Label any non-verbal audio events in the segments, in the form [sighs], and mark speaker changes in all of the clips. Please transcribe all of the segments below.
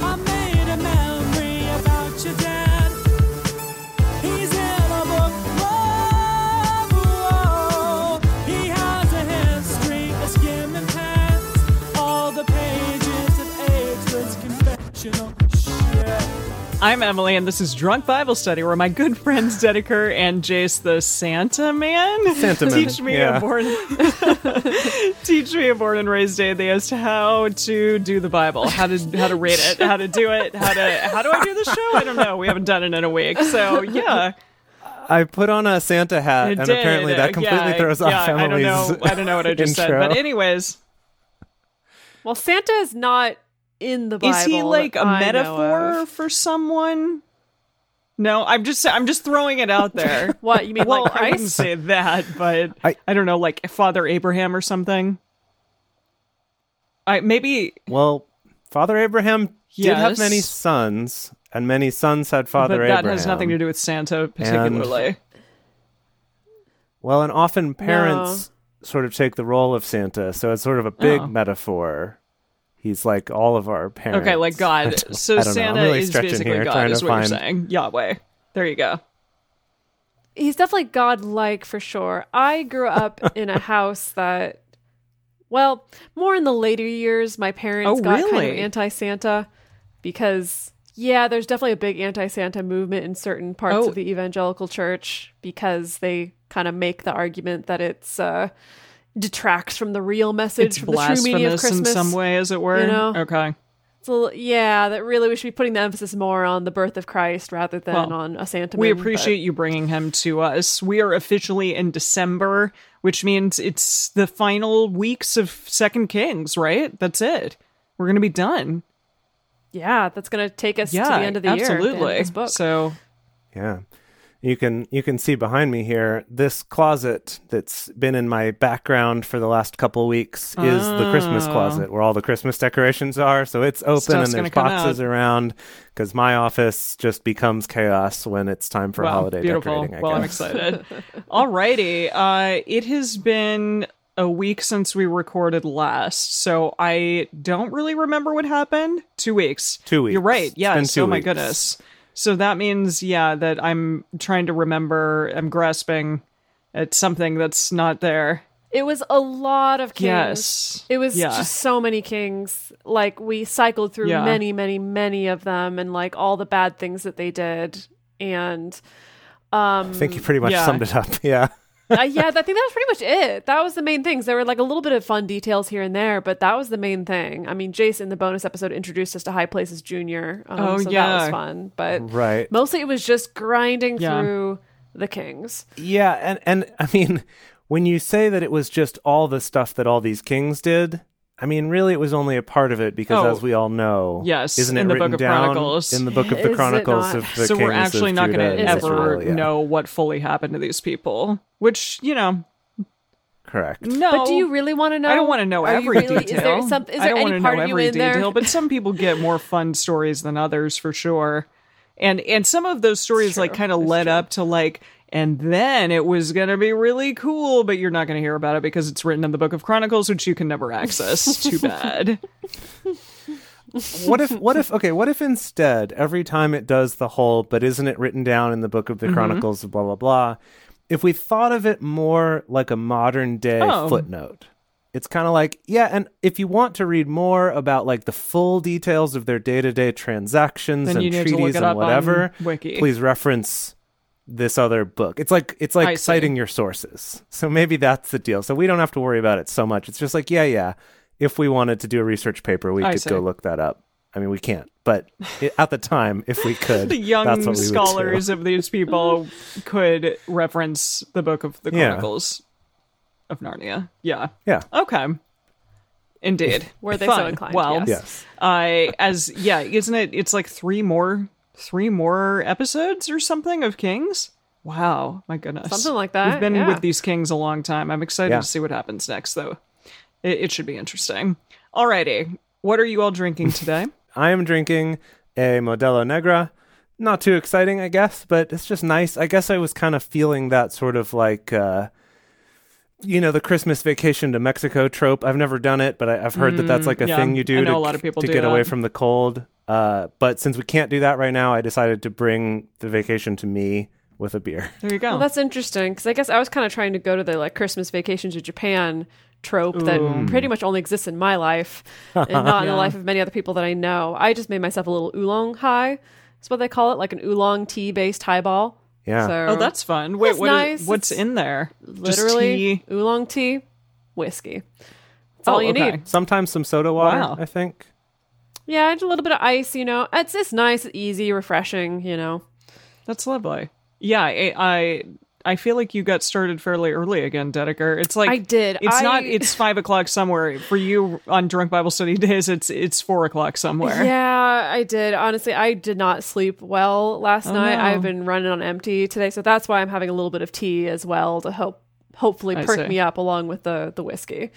Speaker 1: I made a memory about your dad. He's in a book. Whoa, whoa. He has a history of skimming past all the pages of ageless confessional shit.
Speaker 2: I'm Emily, and this is Drunk Bible Study, where my good friends Dedeker and Jace, the Santa Man,
Speaker 3: Santa Man,
Speaker 2: [laughs] teach me
Speaker 3: yeah.
Speaker 2: a born, teach me a born and raised atheist how to do the Bible, how to how to read it, how to do it, how to how do I do the show? I don't know. We haven't done it in a week, so yeah,
Speaker 3: I put on a Santa hat,
Speaker 2: it
Speaker 3: and
Speaker 2: did.
Speaker 3: apparently that completely
Speaker 2: Yeah,
Speaker 3: throws
Speaker 2: yeah,
Speaker 3: off Emily's.
Speaker 2: I don't know. I don't know what I just
Speaker 3: intro.
Speaker 2: said, but anyways,
Speaker 4: Well, Santa is not in the Bible.
Speaker 2: Is he like
Speaker 4: that
Speaker 2: a
Speaker 4: I know
Speaker 2: metaphor
Speaker 4: of.
Speaker 2: for someone? No, I'm just I'm just throwing it out
Speaker 3: [laughs]
Speaker 2: there.
Speaker 4: [laughs]
Speaker 2: [laughs]
Speaker 4: What you mean,
Speaker 2: well,
Speaker 4: like
Speaker 2: I wouldn't
Speaker 4: Christ?
Speaker 2: say that, but I,
Speaker 3: I-
Speaker 2: don't know, like Father Abraham or something. I maybe
Speaker 3: Well, Father Abraham did have
Speaker 2: Yes.
Speaker 3: many sons, and many sons had Father
Speaker 2: but
Speaker 3: Abraham.
Speaker 2: that has nothing to do with Santa particularly.
Speaker 3: Well, and often parents sort of take the role of Santa, so it's sort of a big
Speaker 2: Oh.
Speaker 3: metaphor. He's like all of our parents.
Speaker 2: Okay, like [laughs]
Speaker 3: [laughs] I
Speaker 2: God.
Speaker 3: don't-
Speaker 2: So
Speaker 3: I don't know. I'm
Speaker 2: Santa
Speaker 3: really
Speaker 2: is
Speaker 3: stretching
Speaker 2: basically
Speaker 3: here,
Speaker 2: God,
Speaker 3: trying
Speaker 2: is
Speaker 3: to
Speaker 2: what
Speaker 3: find-
Speaker 2: you're saying. Yahweh. There you go.
Speaker 4: He's definitely godlike for sure. I
Speaker 2: [laughs]
Speaker 4: grew up in a house that, well, more in the later years, my parents
Speaker 2: Oh,
Speaker 4: got kind of
Speaker 2: really?
Speaker 4: anti Santa because, yeah, there's definitely a big anti Santa movement in certain parts
Speaker 2: Oh.
Speaker 4: of the evangelical church because they kind of make the argument that it's uh, detracts from the real message,
Speaker 2: It's
Speaker 4: from the true meaning of
Speaker 2: blasphemous in
Speaker 4: Christmas.
Speaker 2: some way, as it were.
Speaker 4: you know?
Speaker 2: Okay.
Speaker 4: It's a l- yeah, that really we should be putting the emphasis more on the birth of Christ rather than
Speaker 2: Well,
Speaker 4: on a Santa.
Speaker 2: We
Speaker 4: moon, but-
Speaker 2: appreciate you bringing him to us. We are officially in December, which means it's the final weeks of Second Kings, right? That's it. We're going to be done.
Speaker 4: Yeah, that's going to take us
Speaker 2: Yeah,
Speaker 4: to the end of the year.
Speaker 2: absolutely.
Speaker 4: the end of this book.
Speaker 2: So
Speaker 3: Yeah. You can you can see behind me here this closet that's been in my background for the last couple weeks is the Christmas closet where all the Christmas decorations are. So it's open
Speaker 2: Oh. Stuff's
Speaker 3: and
Speaker 2: gonna
Speaker 3: there's
Speaker 2: come
Speaker 3: boxes
Speaker 2: out.
Speaker 3: around because my office just becomes chaos when it's time for
Speaker 2: wow,
Speaker 3: holiday
Speaker 2: beautiful.
Speaker 3: decorating. I
Speaker 2: well, I'm
Speaker 3: guess. [laughs]
Speaker 2: excited. Alrighty, uh, it has been a week since we recorded last, so I don't really remember what happened. Two weeks.
Speaker 3: Two weeks.
Speaker 2: You're right.
Speaker 3: It's
Speaker 2: Yeah.
Speaker 3: been
Speaker 2: so
Speaker 3: two
Speaker 2: my
Speaker 3: weeks.
Speaker 2: goodness. So that means yeah that I'm trying to remember. I'm grasping at something that's not there.
Speaker 4: it was a lot of kings.
Speaker 2: Yes.
Speaker 4: It was
Speaker 2: Yeah.
Speaker 4: just so many kings. Like we cycled through
Speaker 2: Yeah.
Speaker 4: many, many, many of them, and like all the bad things that they did. And um,
Speaker 3: I think you pretty much
Speaker 2: Yeah.
Speaker 3: summed it up. [laughs] Yeah.
Speaker 4: uh, yeah, I think that was pretty much it. That was the main things. There were like a little bit of fun details here and there, but that was the main thing. I mean, Jace in the bonus episode introduced us to High Places Junior. Um,
Speaker 2: Oh,
Speaker 4: so that
Speaker 2: yeah.
Speaker 4: was fun. But
Speaker 3: Right.
Speaker 4: mostly it was just grinding
Speaker 2: Yeah.
Speaker 4: through the kings.
Speaker 3: Yeah, and and I mean, when you say that it was just all the stuff that all these kings did, I mean, really, it was only a part of it because,
Speaker 2: Oh.
Speaker 3: as we all know,
Speaker 2: Yes,
Speaker 3: isn't it
Speaker 2: in the Book
Speaker 3: written
Speaker 2: of
Speaker 3: down
Speaker 2: Chronicles.
Speaker 3: in the book of
Speaker 4: Is
Speaker 3: the
Speaker 4: it
Speaker 3: Chronicles
Speaker 4: not?
Speaker 3: of the
Speaker 2: so
Speaker 3: Kings
Speaker 2: we're actually
Speaker 3: of
Speaker 2: not
Speaker 3: Judah
Speaker 2: going to
Speaker 3: and
Speaker 4: Is it
Speaker 2: ever
Speaker 3: Israel, yeah.
Speaker 2: know what fully happened to these people. Which you know,
Speaker 3: Correct.
Speaker 2: no.
Speaker 4: But do you really want to know?
Speaker 2: I don't want to know
Speaker 4: Are you
Speaker 2: every
Speaker 4: really-
Speaker 2: detail.
Speaker 4: Is there, some, is
Speaker 2: I
Speaker 4: there
Speaker 2: don't want
Speaker 4: any
Speaker 2: to
Speaker 4: part
Speaker 2: know
Speaker 4: of you
Speaker 2: every
Speaker 4: in
Speaker 2: detail,
Speaker 4: there?
Speaker 2: but some people get more fun stories than others for sure. And and some of those stories like
Speaker 4: true.
Speaker 2: kind of
Speaker 4: It's
Speaker 2: led
Speaker 4: true.
Speaker 2: up to like and then it was going to be really cool, but you're not going to hear about it because it's written in the Book of Chronicles, which you can never
Speaker 4: [laughs]
Speaker 2: access. Too bad.
Speaker 3: what if what if okay what if instead every time it does the whole but isn't it written down in the book
Speaker 2: Mm-hmm.
Speaker 3: of the chronicles of blah blah blah if we thought of it more like a modern day
Speaker 2: Oh.
Speaker 3: footnote it's kind of like yeah and if you want to read more about like the full details of their day-to-day transactions
Speaker 2: Then you
Speaker 3: and
Speaker 2: need to look
Speaker 3: treaties
Speaker 2: it up
Speaker 3: and
Speaker 2: on
Speaker 3: whatever
Speaker 2: Wiki.
Speaker 3: please reference this other book it's like it's
Speaker 2: I
Speaker 3: like
Speaker 2: see.
Speaker 3: citing your sources so maybe that's the deal so we don't have to worry about it so much it's just like yeah yeah if we wanted to do a research paper we
Speaker 2: I
Speaker 3: could
Speaker 2: see.
Speaker 3: go look that up I mean, we can't, but i at the time, if we could,
Speaker 2: the [laughs]
Speaker 3: that's
Speaker 2: young
Speaker 3: what we would do.
Speaker 2: scholars of these people could reference the book of the
Speaker 3: Yeah.
Speaker 2: Chronicles of Narnia. Yeah.
Speaker 3: Yeah.
Speaker 2: Okay. Indeed.
Speaker 4: [laughs] Were they so
Speaker 2: Fun.
Speaker 4: inclined?
Speaker 2: Well,
Speaker 4: Yes.
Speaker 3: Yes.
Speaker 2: I as yeah, isn't it? It's like three more, three more episodes or something of Kings. Wow, my goodness,
Speaker 4: Something like that,
Speaker 2: We've been
Speaker 4: yeah.
Speaker 2: with these Kings a long time. I'm excited
Speaker 3: Yeah.
Speaker 2: to see what happens next, though. It, it should be interesting. Alrighty, what are you all drinking today?
Speaker 3: I am drinking a Modelo Negra. Not too exciting, I guess, but it's just nice. I guess I was kind of feeling that sort of like, uh, you know, the Christmas vacation to Mexico trope. I've never done it, but I, I've heard that that's like a
Speaker 2: Mm, yeah.
Speaker 3: thing you do
Speaker 2: I know
Speaker 3: to,
Speaker 2: a lot of people
Speaker 3: to
Speaker 2: do
Speaker 3: get away
Speaker 2: that.
Speaker 3: from the cold. Uh, but since we can't do that right now, I decided to bring the vacation to me with a beer.
Speaker 2: There you go.
Speaker 4: Well, that's interesting because I guess I was kind of trying to go to the like Christmas vacation to Japan trope that pretty much only exists in my life and not in the life of many other people that I know. I just made myself a little oolong high. That's what they call it, like an oolong tea based highball.
Speaker 3: Yeah.
Speaker 4: So
Speaker 2: oh, that's fun. Wait,
Speaker 4: That's
Speaker 2: what is-
Speaker 4: nice.
Speaker 2: what's
Speaker 4: It's
Speaker 2: in there? Just
Speaker 4: literally
Speaker 2: tea?
Speaker 4: oolong tea, whiskey. That's
Speaker 2: Oh,
Speaker 4: all you
Speaker 2: okay.
Speaker 4: need.
Speaker 3: Sometimes some soda water,
Speaker 2: Wow.
Speaker 3: I think.
Speaker 4: Yeah, just a little bit of ice. You know, it's it's nice, easy, refreshing. You know.
Speaker 2: That's lovely. Yeah, I, I I feel like you got started fairly early again, Dedeker. It's like
Speaker 4: I did.
Speaker 2: It's
Speaker 4: I-
Speaker 2: not. It's five o'clock somewhere for you on drunk Bible study [laughs] days. It's it's four o'clock somewhere.
Speaker 4: Yeah, I did. Honestly, I did not sleep well last night.
Speaker 2: Oh, no.
Speaker 4: I've been running on empty today, so that's why I'm having a little bit of tea as well to help hopefully
Speaker 2: I
Speaker 4: perk
Speaker 2: see.
Speaker 4: me up along with the the whiskey.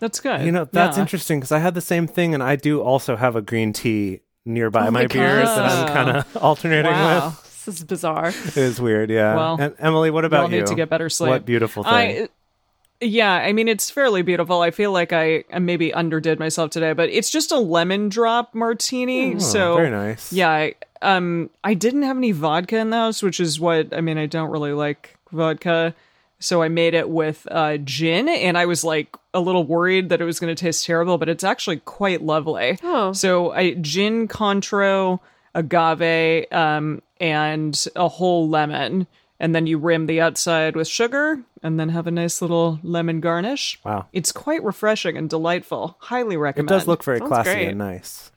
Speaker 2: That's good.
Speaker 3: You know, that's
Speaker 2: Uh, Yeah.
Speaker 3: interesting because I had the same thing, and I do also have a green tea nearby my, beers that I'm
Speaker 2: gosh.
Speaker 3: kind of alternating
Speaker 2: Oh Wow.
Speaker 4: This is bizarre.
Speaker 3: with. It is weird, yeah.
Speaker 2: Well,
Speaker 3: and Emily, what
Speaker 2: We
Speaker 3: about
Speaker 2: all
Speaker 3: you?
Speaker 2: need to get better sleep.
Speaker 3: What beautiful thing.
Speaker 2: I, yeah, I mean it's fairly beautiful. I feel like I, I maybe underdid myself today, but it's just a lemon drop martini.
Speaker 3: Oh,
Speaker 2: so
Speaker 3: very nice.
Speaker 2: Yeah, I, um, I didn't have any vodka in the house, which is what I mean. I don't really like vodka, so I made it with uh, gin, and I was like a little worried that it was going to taste terrible, but it's actually quite lovely.
Speaker 4: Oh.
Speaker 2: so I gin contro agave, um, and a whole lemon, and then you rim the outside with sugar, and then have a nice little lemon garnish.
Speaker 3: Wow.
Speaker 2: it's quite refreshing and delightful. Highly
Speaker 3: It
Speaker 2: recommend.
Speaker 3: does look very
Speaker 4: Sounds
Speaker 3: classy
Speaker 4: great.
Speaker 3: and nice.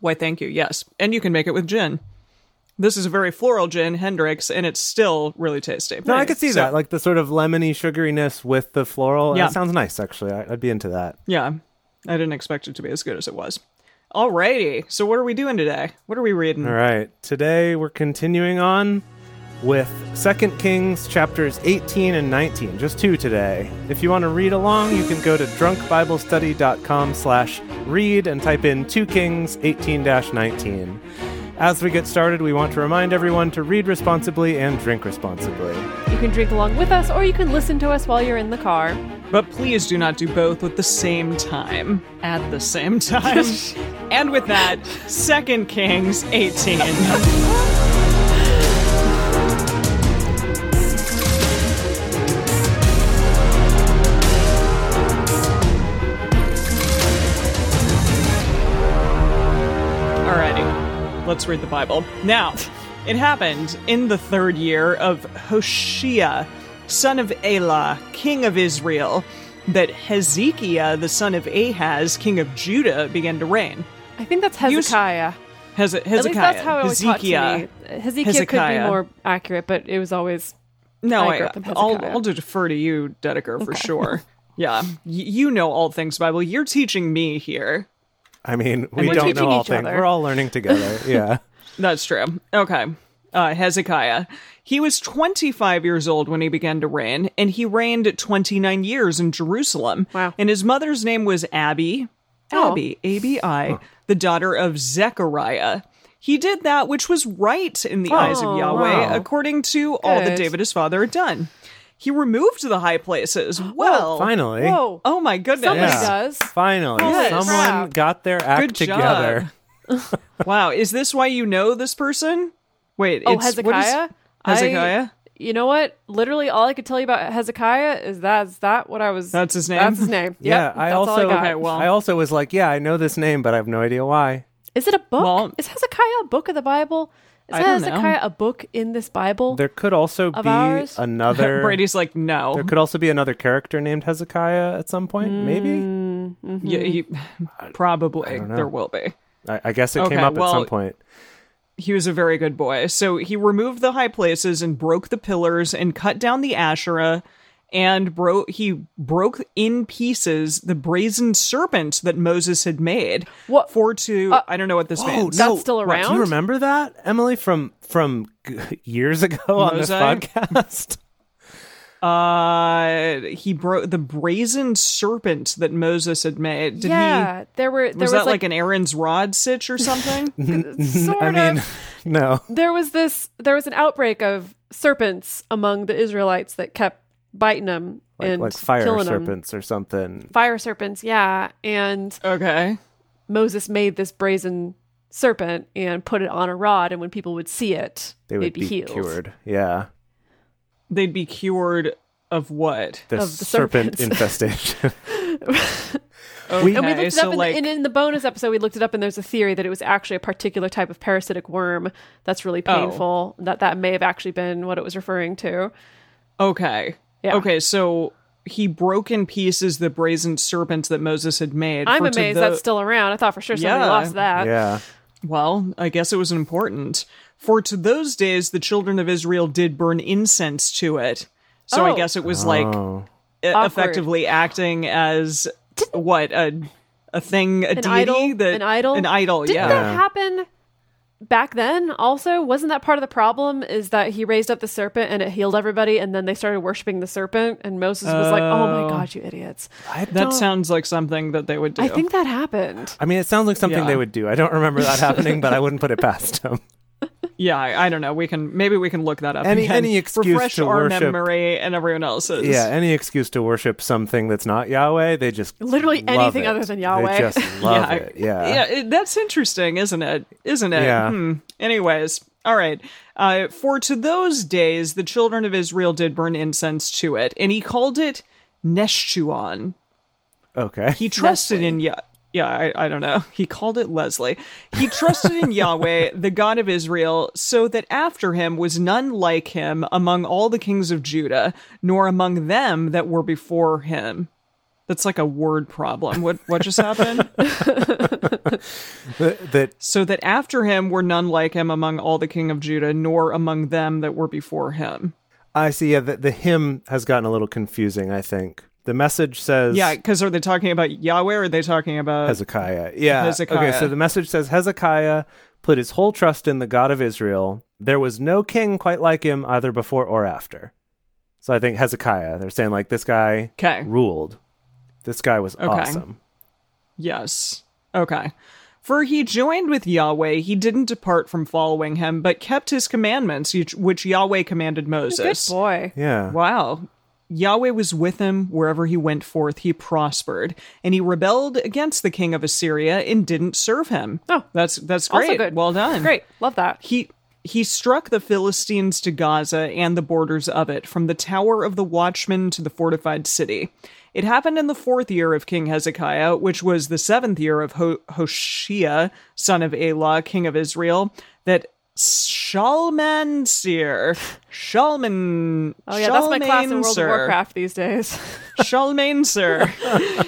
Speaker 2: Why, thank you. Yes. And you can make it with gin. This is a very floral gin, Hendrix, and it's still really tasty.
Speaker 3: No, I could see
Speaker 2: So,
Speaker 3: that, like the sort of lemony sugariness with the floral. and
Speaker 2: Yeah.
Speaker 3: It sounds nice, actually. I, I'd be into that.
Speaker 2: Yeah. I didn't expect it to be as good as it was. Alrighty. So, what are we doing today? What are we reading?
Speaker 3: All right, today we're continuing on with Second Kings chapters 18 and 19, just two today. If you want to read along, you can go to drunkbiblestudy.com slash read and type in 2 Kings 18-19. As we get started, we want to remind everyone to read responsibly and drink responsibly.
Speaker 4: You can drink along with us, or you can listen to us while you're in the car.
Speaker 2: But please do not do both at the same time. At the same time.
Speaker 3: [laughs]
Speaker 2: and with that, Second Kings 18. Alrighty, let's read the Bible. Now, it happened in the third year of Hoshea, son of Elah, king of Israel, that Hezekiah, the son of Ahaz, king of Judah, began to reign.
Speaker 4: I think that's
Speaker 2: You s-
Speaker 4: Hezekiah.
Speaker 2: Heze- Hezekiah.
Speaker 4: At least that's how it was taught to me.
Speaker 2: Hezekiah.
Speaker 4: Hezekiah, could
Speaker 2: Hezekiah.
Speaker 4: be more accurate, but it was always
Speaker 2: No,
Speaker 4: I
Speaker 2: I,
Speaker 4: grew up in
Speaker 2: will
Speaker 4: Hezekiah.
Speaker 2: I'll defer to you, Dedeker, for
Speaker 4: [laughs]
Speaker 2: sure. Yeah, Y- you know all things Bible. You're teaching me here.
Speaker 3: I mean, we
Speaker 4: we're
Speaker 3: don't
Speaker 4: teaching
Speaker 3: know all
Speaker 4: each
Speaker 3: things.
Speaker 4: other.
Speaker 3: We're all learning
Speaker 4: [laughs]
Speaker 3: together. Yeah.
Speaker 2: That's true. Okay. Uh, Hezekiah. He was 25 years old when he began to reign, and he reigned 29 years in Jerusalem.
Speaker 4: Wow.
Speaker 2: And his mother's name was Abby.
Speaker 4: Oh.
Speaker 2: Abby, A-B-I, the daughter of Zechariah. He did that which was right in the eyes of
Speaker 4: Oh,
Speaker 2: Yahweh,
Speaker 4: wow.
Speaker 2: according to all that
Speaker 4: Good.
Speaker 2: David his father had done. He removed the high places. Well,
Speaker 3: Finally.
Speaker 4: whoa.
Speaker 2: oh my goodness.
Speaker 4: Somebody
Speaker 3: Yeah.
Speaker 4: does.
Speaker 3: Finally,
Speaker 4: Holy
Speaker 3: someone
Speaker 4: crap.
Speaker 3: got their act
Speaker 2: Good job.
Speaker 3: together.
Speaker 2: Wow, is this why you know this person? Wait,
Speaker 4: Oh,
Speaker 2: it's, what is-
Speaker 4: Hezekiah. I-
Speaker 2: Hezekiah?
Speaker 4: you know what? Literally, all I could tell you about Hezekiah is that is that what I was.
Speaker 2: That's his name?
Speaker 4: That's
Speaker 2: [laughs]
Speaker 4: his name. Yep,
Speaker 3: Yeah, I
Speaker 4: that's
Speaker 3: also
Speaker 4: All I got.
Speaker 2: Okay, well-
Speaker 3: I also was like, yeah, I know this name, but I have no idea why.
Speaker 4: is it a book?
Speaker 2: Well-
Speaker 4: is Hezekiah a book of the Bible? Is
Speaker 2: I don't know.
Speaker 4: Hezekiah a book in this Bible?
Speaker 3: There could also be
Speaker 4: ours? [laughs]
Speaker 3: another
Speaker 2: Brady's like,
Speaker 3: There
Speaker 2: no.
Speaker 3: could also be another character named Hezekiah at some point,
Speaker 4: Mm.
Speaker 3: maybe.
Speaker 2: Yeah, he- [sighs] probably
Speaker 3: don't know.
Speaker 2: there will be.
Speaker 3: I, I guess it
Speaker 2: Okay,
Speaker 3: came up
Speaker 2: well-
Speaker 3: at some point.
Speaker 2: He was a very good boy. So he removed the high places and broke the pillars and cut down the Asherah and bro- he broke in pieces the brazen serpent that Moses had made.
Speaker 4: What-
Speaker 2: for to I don't know what this means.
Speaker 4: Uh, that's still
Speaker 3: right, Do
Speaker 4: around?
Speaker 3: you remember that, Emily, from from g- [laughs] years ago on this
Speaker 2: Mosaic?
Speaker 4: [laughs]
Speaker 3: podcast?
Speaker 2: Uh, he broke the brazen serpent that Moses had made. Did
Speaker 4: yeah, there were
Speaker 2: he? Was
Speaker 4: there was,
Speaker 2: that like,
Speaker 4: like,
Speaker 2: an [laughs] Aaron's rod sitch or
Speaker 3: [laughs]
Speaker 2: something?
Speaker 4: sort
Speaker 3: I mean,
Speaker 4: of [laughs]
Speaker 3: no.
Speaker 4: there was this there was an outbreak of serpents among the Israelites that kept biting them
Speaker 3: Like,
Speaker 4: and
Speaker 3: like fire
Speaker 4: killing 'em.
Speaker 3: serpents or something.
Speaker 4: Fire serpents, yeah, and
Speaker 2: okay.
Speaker 4: Moses made this brazen serpent and put it on a rod, and when people would see it,
Speaker 3: They would
Speaker 4: they'd be, healed.
Speaker 3: cured. Yeah.
Speaker 2: They'd be cured of what?
Speaker 3: The,
Speaker 4: Of the
Speaker 3: serpent
Speaker 4: serpents. [laughs]
Speaker 3: infestation.
Speaker 2: Okay,
Speaker 4: And we looked it
Speaker 2: so
Speaker 4: up, in,
Speaker 2: like,
Speaker 4: and in the bonus episode, we looked it up, and there's a theory that it was actually a particular type of parasitic worm that's really
Speaker 2: Oh.
Speaker 4: painful. That that may have actually been what it was referring to.
Speaker 2: okay,
Speaker 4: Yeah.
Speaker 2: okay, so he broke in pieces the brazen serpent that Moses had made.
Speaker 4: I'm
Speaker 2: for to
Speaker 4: amazed
Speaker 2: tho-
Speaker 4: that's still around. I thought for sure somebody
Speaker 2: Yeah.
Speaker 4: lost that.
Speaker 3: yeah.
Speaker 2: Well, I guess it was important. For to those days, the children of Israel did burn incense to it. So I
Speaker 4: Oh.
Speaker 2: guess it was like
Speaker 3: Oh.
Speaker 2: e-
Speaker 4: Awkward.
Speaker 2: effectively acting as what a a thing, a
Speaker 4: An
Speaker 2: deity,
Speaker 4: idol,
Speaker 2: that
Speaker 4: an idol,
Speaker 2: an idol.
Speaker 4: Didn't
Speaker 2: yeah,
Speaker 4: that happen back then? Also, wasn't that part of the problem? Is that he raised up the serpent and it healed everybody, and then they started worshiping the serpent, and Moses was like, "Oh my god, you idiots!"
Speaker 3: I
Speaker 2: that
Speaker 3: don't-
Speaker 2: sounds like something that they would do.
Speaker 4: I think that happened.
Speaker 3: I mean, it sounds like something
Speaker 2: Yeah.
Speaker 3: they would do. I don't remember that happening, but I wouldn't put it [laughs] past them.
Speaker 2: yeah, I, I don't know. We can maybe we can look that up.
Speaker 3: Any-
Speaker 2: again.
Speaker 3: any excuse
Speaker 2: refresh
Speaker 3: to
Speaker 2: our
Speaker 3: worship-
Speaker 2: memory and everyone else's.
Speaker 3: Yeah, any excuse to worship something that's not Yahweh, they just
Speaker 4: Literally
Speaker 3: love
Speaker 4: anything
Speaker 3: it.
Speaker 4: other than Yahweh.
Speaker 3: They
Speaker 4: [laughs]
Speaker 3: just love it. Yeah.
Speaker 2: yeah. it- That's interesting, isn't it? Isn't it?
Speaker 3: Yeah.
Speaker 2: Hmm. Anyways, all right. Uh, for to those days, the children of Israel did burn incense to it, and he called it Neshtuan.
Speaker 3: Okay.
Speaker 2: He trusted in Yah. Yeah, I, I don't know. He called it Leslie. He trusted in
Speaker 3: [laughs]
Speaker 2: Yahweh, the God of Israel, so that after him was none like him among all the kings of Judah, nor among them that were before him. That's like a word problem. What what just
Speaker 3: [laughs]
Speaker 2: happened?
Speaker 3: Th- [laughs] that
Speaker 2: so that after him were none like him among all the king of Judah, nor among them that were before him.
Speaker 3: I see. Yeah, the, the hymn has gotten a little confusing. I think the message says,
Speaker 2: Yeah, because are they talking about Yahweh or are they talking about
Speaker 3: Hezekiah. Yeah.
Speaker 2: Uh, Hezekiah.
Speaker 3: Okay, so the message says Hezekiah put his whole trust in the God of Israel. There was no king quite like him either before or after. So I think Hezekiah. They're saying like this guy
Speaker 2: 'Kay.
Speaker 3: ruled. This guy was awesome.
Speaker 2: Yes. Okay. For he joined with Yahweh, he didn't depart from following him, but kept his commandments, which- which Yahweh commanded
Speaker 4: Good
Speaker 2: Moses.
Speaker 4: boy.
Speaker 3: Yeah.
Speaker 2: Wow. Yahweh was with him wherever he went forth, he prospered, and he rebelled against the king of Assyria and didn't serve him.
Speaker 4: Oh.
Speaker 2: that's that's
Speaker 4: Also
Speaker 2: great.
Speaker 4: good.
Speaker 2: Well done.
Speaker 4: Great. Love that.
Speaker 2: He he struck the Philistines to Gaza and the borders of it, from the tower of the watchman to the fortified city. It happened in the fourth year of King Hezekiah, which was the seventh year of Ho- Hoshea, son of Elah, king of Israel, that Shalmaneser, Shalman,
Speaker 4: [laughs] Oh yeah, that's my class in World
Speaker 2: Shalmaneser- [laughs]
Speaker 4: of Warcraft these days. [laughs]
Speaker 2: Shalmaneser,
Speaker 4: The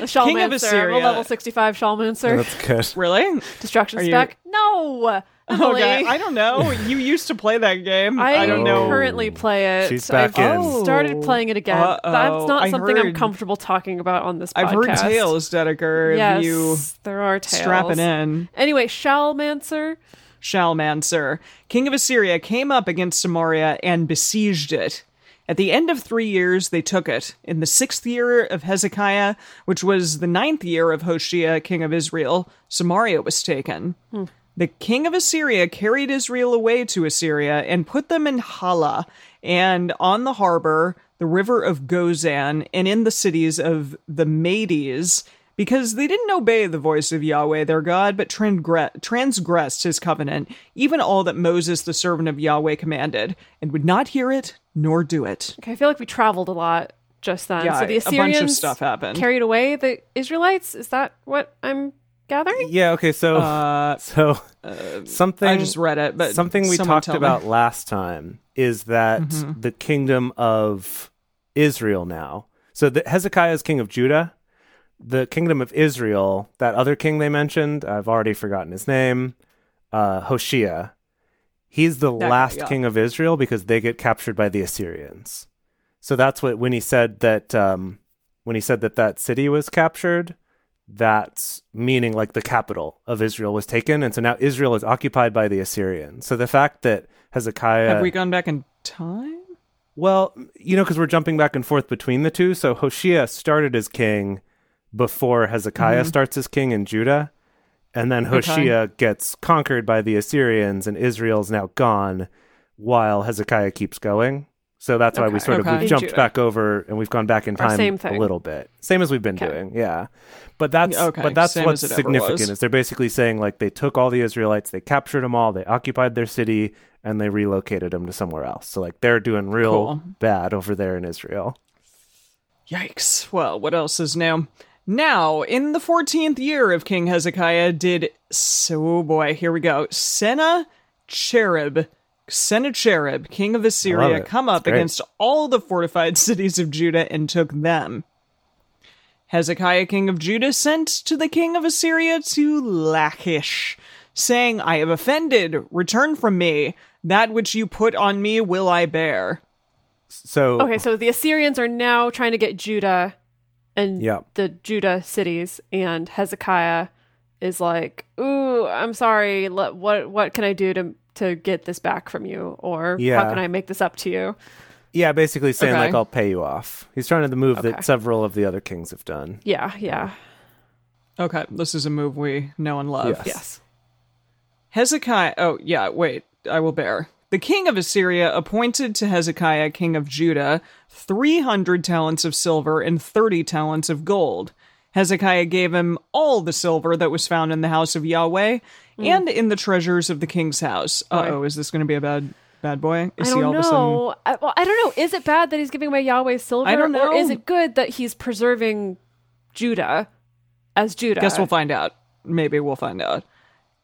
Speaker 4: Shalmancer. I'm a
Speaker 2: Assyria.
Speaker 4: level 65 Shalmancer.
Speaker 3: That's
Speaker 2: [laughs]
Speaker 3: good.
Speaker 2: really?
Speaker 4: Destruction
Speaker 2: you- Oh,
Speaker 4: spec?
Speaker 2: [laughs]
Speaker 4: No. Emily.
Speaker 2: Okay, I don't know. You used to play that game. I, don't know.
Speaker 4: currently play it.
Speaker 3: She's back
Speaker 4: I've
Speaker 3: in.
Speaker 4: started playing it again.
Speaker 2: Uh-oh.
Speaker 4: That's not
Speaker 2: I
Speaker 4: something I'm
Speaker 2: heard-
Speaker 4: comfortable talking about on this podcast.
Speaker 2: I've heard tales, Dedeker. of
Speaker 4: Yes,
Speaker 2: you
Speaker 4: there are tales.
Speaker 2: strapping in.
Speaker 4: Anyway, Shalmancer.
Speaker 2: Shalmaneser, king of Assyria, came up against Samaria and besieged it. At the end of three years, they took it. In the sixth year of Hezekiah, which was the ninth year of Hoshea, king of Israel, Samaria was taken. The king of Assyria carried Israel away to Assyria and put them in Hala and on the harbor, the river of Gozan, and in the cities of the Medes, because they didn't obey the voice of Yahweh their God, but transgre- transgressed his covenant, even all that Moses the servant of Yahweh commanded, and would not hear it nor do it.
Speaker 4: Okay, I feel like we traveled a lot just then.
Speaker 2: Yeah,
Speaker 4: so the
Speaker 2: a bunch of
Speaker 4: Assyrians
Speaker 2: stuff happened.
Speaker 4: carried away the Israelites. Is that what I'm gathering?
Speaker 3: Yeah. Okay. So [laughs] so something
Speaker 2: Uh, I just read it, but
Speaker 3: something we
Speaker 2: someone
Speaker 3: talked
Speaker 2: tell me. Mm-hmm.
Speaker 3: about last time is that the kingdom of Israel now. So the, Hezekiah is king of Judah. The kingdom of Israel, that other king they mentioned, I've already forgotten his name, uh, Hoshea. He's the
Speaker 2: guy,
Speaker 3: last
Speaker 2: yeah.
Speaker 3: king of Israel because they get captured by the Assyrians. So that's what when he said that um, when he said that that city was captured, that's meaning like the capital of Israel was taken, and so now Israel is occupied by the Assyrians. So the fact that Hezekiah
Speaker 2: Have we gone back in time?
Speaker 3: well, you know, because we're jumping back and forth between the two. So Hoshea started as king before Hezekiah
Speaker 4: Mm-hmm.
Speaker 3: starts as king in Judah. And then Hoshea gets conquered by the Assyrians, and Israel's now gone while Hezekiah keeps going. So that's why we
Speaker 4: Okay.
Speaker 3: sort of
Speaker 2: Okay.
Speaker 3: we've jumped
Speaker 4: Judah.
Speaker 3: back over and we've gone back in time
Speaker 4: same
Speaker 3: a
Speaker 4: thing.
Speaker 3: little bit, same as we've been
Speaker 4: Okay.
Speaker 3: doing, yeah. But that's
Speaker 2: Okay,
Speaker 3: but that's
Speaker 2: same
Speaker 3: what's
Speaker 2: as it ever
Speaker 3: significant
Speaker 2: was.
Speaker 3: is they're basically saying like they took all the Israelites, they captured them all, they occupied their city, and they relocated them to somewhere else. So like they're doing real
Speaker 2: Cool.
Speaker 3: bad over there in Israel.
Speaker 2: Yikes. Well, what else is new? Now, in the 14th year of King Hezekiah, did. So, oh boy, here we go. Sennacherib, Sennacherib, king of Assyria,
Speaker 3: it.
Speaker 2: come up
Speaker 3: It's great.
Speaker 2: against all the fortified [laughs] cities of Judah and took them. Hezekiah, king of Judah, sent to the king of Assyria to Lachish, saying, I have offended. Return from me. That which you put on me will I bear.
Speaker 3: So
Speaker 4: Okay, so the Assyrians are now trying to get Judah and
Speaker 3: Yeah.
Speaker 4: the Judah cities, and Hezekiah is like, "Ooh, I'm sorry. Let, what what can I do to to get this back from you, or
Speaker 3: Yeah.
Speaker 4: how can I make this up to you?"
Speaker 3: yeah, basically saying
Speaker 2: Okay.
Speaker 3: like I'll pay you off. He's trying to the move
Speaker 4: Okay.
Speaker 3: that several of the other kings have done.
Speaker 4: Yeah, yeah,
Speaker 2: Okay, this is a move we know and love.
Speaker 3: Yes.
Speaker 4: yes.
Speaker 2: Hezekiah. Oh, yeah, wait. I will bear. The king of Assyria appointed to Hezekiah, king of Judah, 300 talents of silver and 30 talents of gold. Hezekiah gave him all the silver that was found in the house of Yahweh
Speaker 4: Hmm.
Speaker 2: and in the treasures of the king's house. Uh oh, is this going to be a bad bad boy? Is
Speaker 4: I
Speaker 2: he all
Speaker 4: don't
Speaker 2: of a sudden?
Speaker 4: know. I, well, I don't know. Is it bad that he's giving away Yahweh's silver,
Speaker 2: I don't
Speaker 4: or is
Speaker 2: know.
Speaker 4: it good that he's preserving Judah as Judah?
Speaker 2: Guess we'll find out. Maybe we'll find out.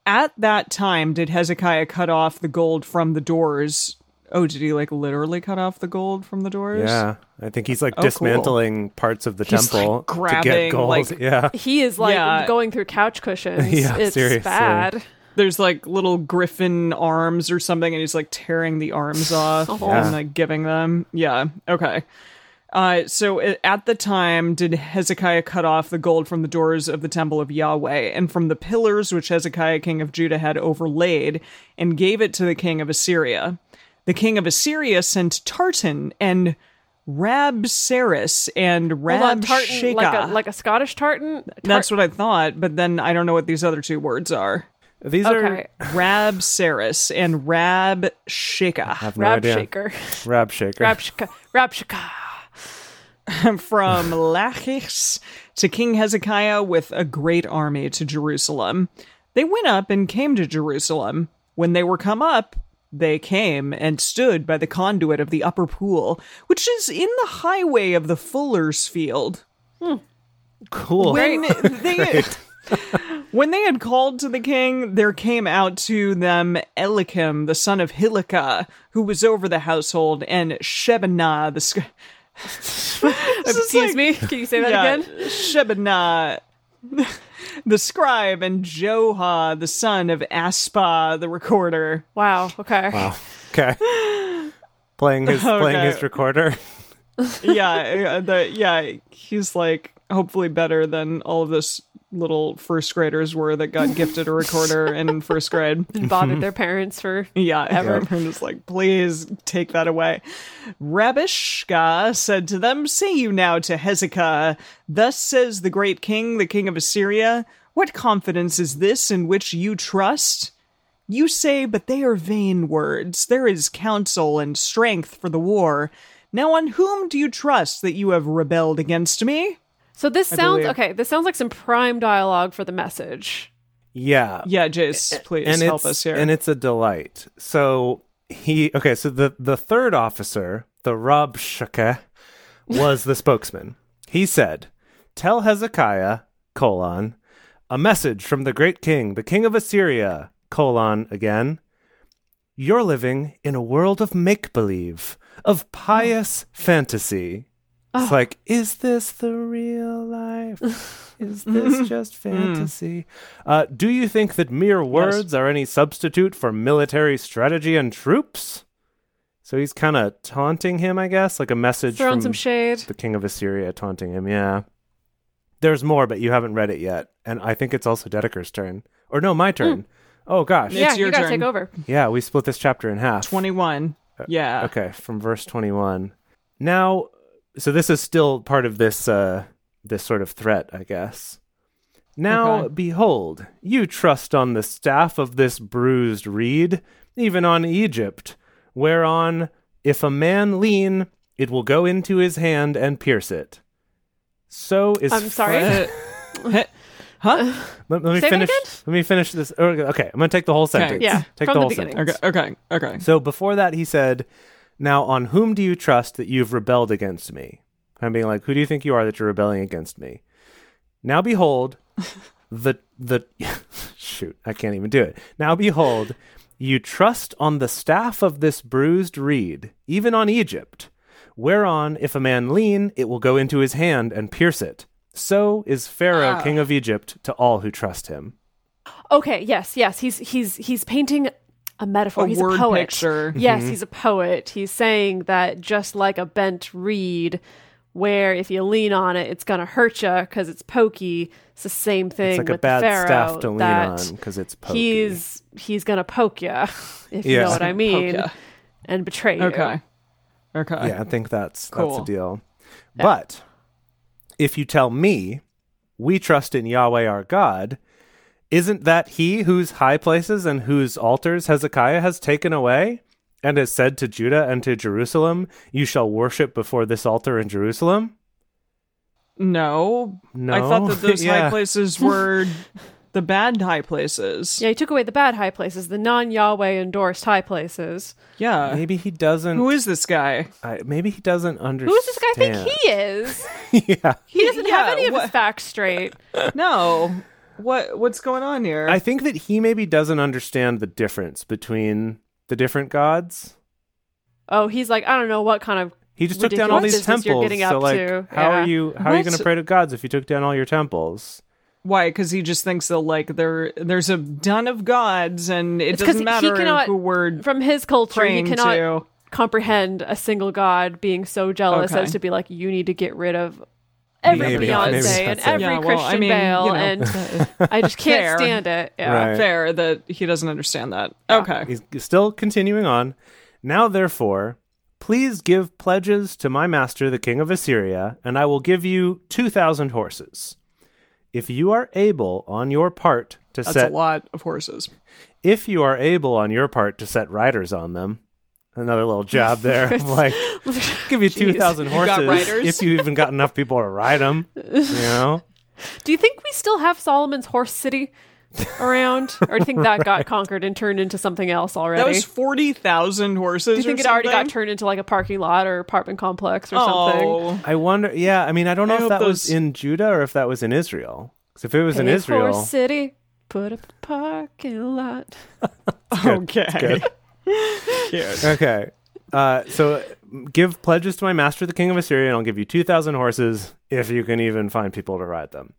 Speaker 2: At that time, did Hezekiah cut off the gold from the doors? Oh, did he like literally cut off the gold from the doors?
Speaker 3: Yeah, I think he's like
Speaker 2: Oh, cool.
Speaker 3: dismantling parts of the
Speaker 2: He's, like,
Speaker 3: temple to
Speaker 2: grabbing,
Speaker 3: get gold.
Speaker 2: like-
Speaker 3: [laughs] yeah,
Speaker 4: he is like
Speaker 2: Yeah.
Speaker 4: going through
Speaker 2: [laughs]
Speaker 4: couch cushions.
Speaker 3: Yeah,
Speaker 4: it's
Speaker 3: seriously.
Speaker 4: bad.
Speaker 2: there's like little griffin arms or something and he's like tearing the
Speaker 4: [laughs]
Speaker 2: arms off and like giving them yeah okay uh, so a- at the time did hezekiah cut off the gold from the doors of the temple of yahweh and from the pillars which hezekiah king of judah had overlaid and gave it to the king of assyria the king of assyria sent tartan and rabsaris and
Speaker 4: Hold on,
Speaker 2: rab
Speaker 4: tartan, like a like a Scottish tartan.
Speaker 2: that's what i thought but then i don't know what these other two words are
Speaker 3: these
Speaker 4: Tar-
Speaker 3: are
Speaker 4: okay.
Speaker 2: Rab Saris and Rab Shika
Speaker 3: have no
Speaker 4: Rab
Speaker 3: idea.
Speaker 4: shaker,
Speaker 3: Rab shaker.
Speaker 4: rab shaker,
Speaker 2: [laughs]
Speaker 4: rab shaker.
Speaker 2: from Lachish to King Hezekiah with a great army to Jerusalem. They went up and came to Jerusalem. When they were come up, they came and stood by the conduit of the upper pool, which is in the highway of the fuller's field.
Speaker 3: [laughs] cool.
Speaker 2: when they when they had called to the king, there came out to them Elikim, the son of Hilkiah, who was over the household, and Shebaniah, the sc-
Speaker 4: Excuse me. Can you say that
Speaker 2: yeah,
Speaker 4: again?
Speaker 2: Shebaniah, [laughs] the scribe, and Joha, the son of Aspa, the recorder.
Speaker 4: Wow. Okay.
Speaker 2: [laughs]
Speaker 3: okay, playing his playing
Speaker 2: Okay.
Speaker 3: his recorder.
Speaker 2: yeah, uh, the, yeah, he's like hopefully better than all of this little first graders were that got gifted a recorder in first grade. [laughs]
Speaker 4: Bothered their parents for.
Speaker 2: Yeah, everyone was like, please take that away. Rabishka said to them, Say you now to Hezekiah, Thus says the great king, the king of Assyria, What confidence is this in which you trust? You say, But they are vain words. There is counsel and strength for the war. Now, on whom do you trust that you have rebelled against me?
Speaker 4: So this sounds
Speaker 2: believe-
Speaker 4: okay. This sounds like some prime dialogue for the message.
Speaker 3: Yeah,
Speaker 2: Yeah, Jace, please
Speaker 3: and
Speaker 2: help
Speaker 3: it's,
Speaker 2: us here.
Speaker 3: And it's a delight. So he okay, so the the third officer, the Rob Shaka, was
Speaker 2: [laughs]
Speaker 3: the spokesman. He said, Tell Hezekiah, colon, a message from the great king, the king of Assyria, colon again. You're living in a world of make believe, of pious fantasy. It's like, is this the real
Speaker 4: [laughs]
Speaker 3: life? Is
Speaker 4: Mm.
Speaker 3: this just fantasy? Uh, do you think that mere words are any substitute for military strategy and troops? So he's kind of taunting him, I guess, like a message
Speaker 4: Throwing
Speaker 3: from
Speaker 4: some shade.
Speaker 3: the king of Assyria taunting him. Yeah. There's more, but you haven't read it yet. And I think it's also Dedeker's turn. Or no, my turn. Oh, gosh.
Speaker 4: Yeah,
Speaker 2: It's your
Speaker 4: you gotta
Speaker 2: turn.
Speaker 4: take over.
Speaker 3: Yeah, we split this chapter in half.
Speaker 2: 21.
Speaker 3: Uh,
Speaker 2: Yeah.
Speaker 3: Okay, from verse 21. Now, so this is still part of this uh this sort of threat, I guess. Now,
Speaker 2: Okay.
Speaker 3: behold, you trust on the staff of this bruised reed, even on Egypt, whereon if a man lean, it will go into his hand and pierce it. So is
Speaker 4: I'm sorry?
Speaker 3: Fran-
Speaker 2: huh?
Speaker 3: let, let me
Speaker 4: Say that
Speaker 3: finish.
Speaker 4: again?
Speaker 3: Let me finish this. or- Okay, I'm going to take the whole sentence.
Speaker 4: Yeah,
Speaker 3: take
Speaker 4: from
Speaker 3: the
Speaker 4: the
Speaker 3: whole
Speaker 4: beginning.
Speaker 3: sentence.
Speaker 2: [laughs] Okay. Okay. Okay.
Speaker 3: So before that, he said, Now on whom do you trust that you've rebelled against me? I'm being like, Who do you think you are that you're rebelling against me? Now behold, the, the, [laughs] shoot, I can't even do it. Now behold, you trust on the staff of this bruised reed, even on Egypt, whereon if a man lean, it will go into his hand and pierce it. So is Pharaoh, king of Egypt, to all who trust him.
Speaker 4: Okay, yes, yes. He's he's he's painting a metaphor.
Speaker 2: A
Speaker 4: he's
Speaker 2: word
Speaker 4: a poet.
Speaker 2: picture.
Speaker 4: Yes,
Speaker 3: Mm-hmm.
Speaker 4: he's a poet. He's saying that just like a bent reed, where if you lean on it, it's gonna hurt you because it's pokey. It's the same thing
Speaker 3: It's like
Speaker 4: with
Speaker 3: a bad
Speaker 4: Pharaoh.
Speaker 3: staff to lean on
Speaker 4: that
Speaker 3: because it's pokey.
Speaker 4: he's he's gonna poke you, if you
Speaker 3: Yeah.
Speaker 4: know
Speaker 3: [laughs]
Speaker 4: what I mean,
Speaker 2: ya.
Speaker 4: and betray you.
Speaker 2: Okay. Okay.
Speaker 3: yeah, I think that's that's
Speaker 2: Cool.
Speaker 3: the deal. But if you tell me we trust in Yahweh our God, isn't that he whose high places and whose altars Hezekiah has taken away and has said to Judah and to Jerusalem, you shall worship before this altar in Jerusalem?
Speaker 2: No. I
Speaker 3: No?
Speaker 2: thought
Speaker 3: [laughs]
Speaker 2: that those
Speaker 3: Yeah.
Speaker 2: high places
Speaker 3: [laughs]
Speaker 2: were the bad high places.
Speaker 4: Yeah, he took away the bad high places, the non Yahweh endorsed high places.
Speaker 2: Yeah.
Speaker 3: Maybe he doesn't
Speaker 2: Who is this
Speaker 3: [laughs]
Speaker 2: guy?
Speaker 3: I, maybe he doesn't understand.
Speaker 4: Who does this guy think he is?
Speaker 3: [laughs] yeah.
Speaker 4: He doesn't
Speaker 2: Yeah,
Speaker 4: have any of
Speaker 2: what-
Speaker 4: his facts straight.
Speaker 2: No. What what's going on here?
Speaker 3: I think that he maybe doesn't understand the difference between the different gods.
Speaker 4: Oh, he's like, I don't know what kind of.
Speaker 3: He just took down all these
Speaker 4: ridiculous business
Speaker 3: temples.
Speaker 4: you're getting
Speaker 3: so
Speaker 4: up
Speaker 3: like,
Speaker 4: to.
Speaker 3: how
Speaker 4: Yeah.
Speaker 3: are you? How are you going to
Speaker 2: What?
Speaker 3: pray to gods if you took down all your temples?
Speaker 2: Why? Because he just thinks that like there there's a ton of gods and it
Speaker 4: It's 'cause
Speaker 2: doesn't matter
Speaker 4: he cannot,
Speaker 2: who we're
Speaker 4: from his culture, he
Speaker 2: praying
Speaker 4: cannot
Speaker 2: to.
Speaker 4: comprehend a single god being so jealous
Speaker 2: Okay.
Speaker 4: as to be like, you need to get rid of every
Speaker 3: Maybe,
Speaker 4: Beyonce
Speaker 3: maybe
Speaker 4: and
Speaker 3: that's it.
Speaker 4: every
Speaker 2: Yeah, well,
Speaker 4: Christian
Speaker 2: I mean, you
Speaker 4: Bale,
Speaker 2: know, [laughs]
Speaker 4: and I just can't
Speaker 2: Fair.
Speaker 4: stand it.
Speaker 3: [laughs]
Speaker 4: Yeah.
Speaker 3: Right.
Speaker 2: Fair that he doesn't understand that. Okay.
Speaker 3: He's still continuing on. Now, therefore, please give pledges to my master, the king of Assyria, and I will give you two thousand horses. If you are able on your part to
Speaker 2: That's
Speaker 3: set,
Speaker 2: a lot of horses.
Speaker 3: if you are able on your part to set riders on them, another little
Speaker 4: [laughs]
Speaker 3: job there. of like, give you two thousand
Speaker 4: You got
Speaker 3: horses
Speaker 4: riders?
Speaker 3: if you even got enough people to ride them. You know.
Speaker 4: [laughs] Do you think we still have Solomon's Horse City around? or do you think that got conquered and turned into something else already?
Speaker 2: That was forty thousand horses.
Speaker 4: do you think
Speaker 2: or
Speaker 4: it already got
Speaker 2: something?
Speaker 4: turned into like a parking lot or apartment complex or something?
Speaker 2: Oh,
Speaker 3: I wonder. Yeah, I mean, I don't know
Speaker 2: I
Speaker 3: if
Speaker 2: hope
Speaker 3: that was
Speaker 2: those-
Speaker 3: in Judah or if that was in Israel. 'Cause if it was in
Speaker 4: Hey,
Speaker 3: Israel,
Speaker 4: Horse City, put up a parking
Speaker 2: [laughs]
Speaker 4: lot.
Speaker 2: okay. Cute.
Speaker 3: okay. Uh, so uh, give pledges to my master, the king of Assyria, and I'll give you two thousand horses if you can even find people to ride them.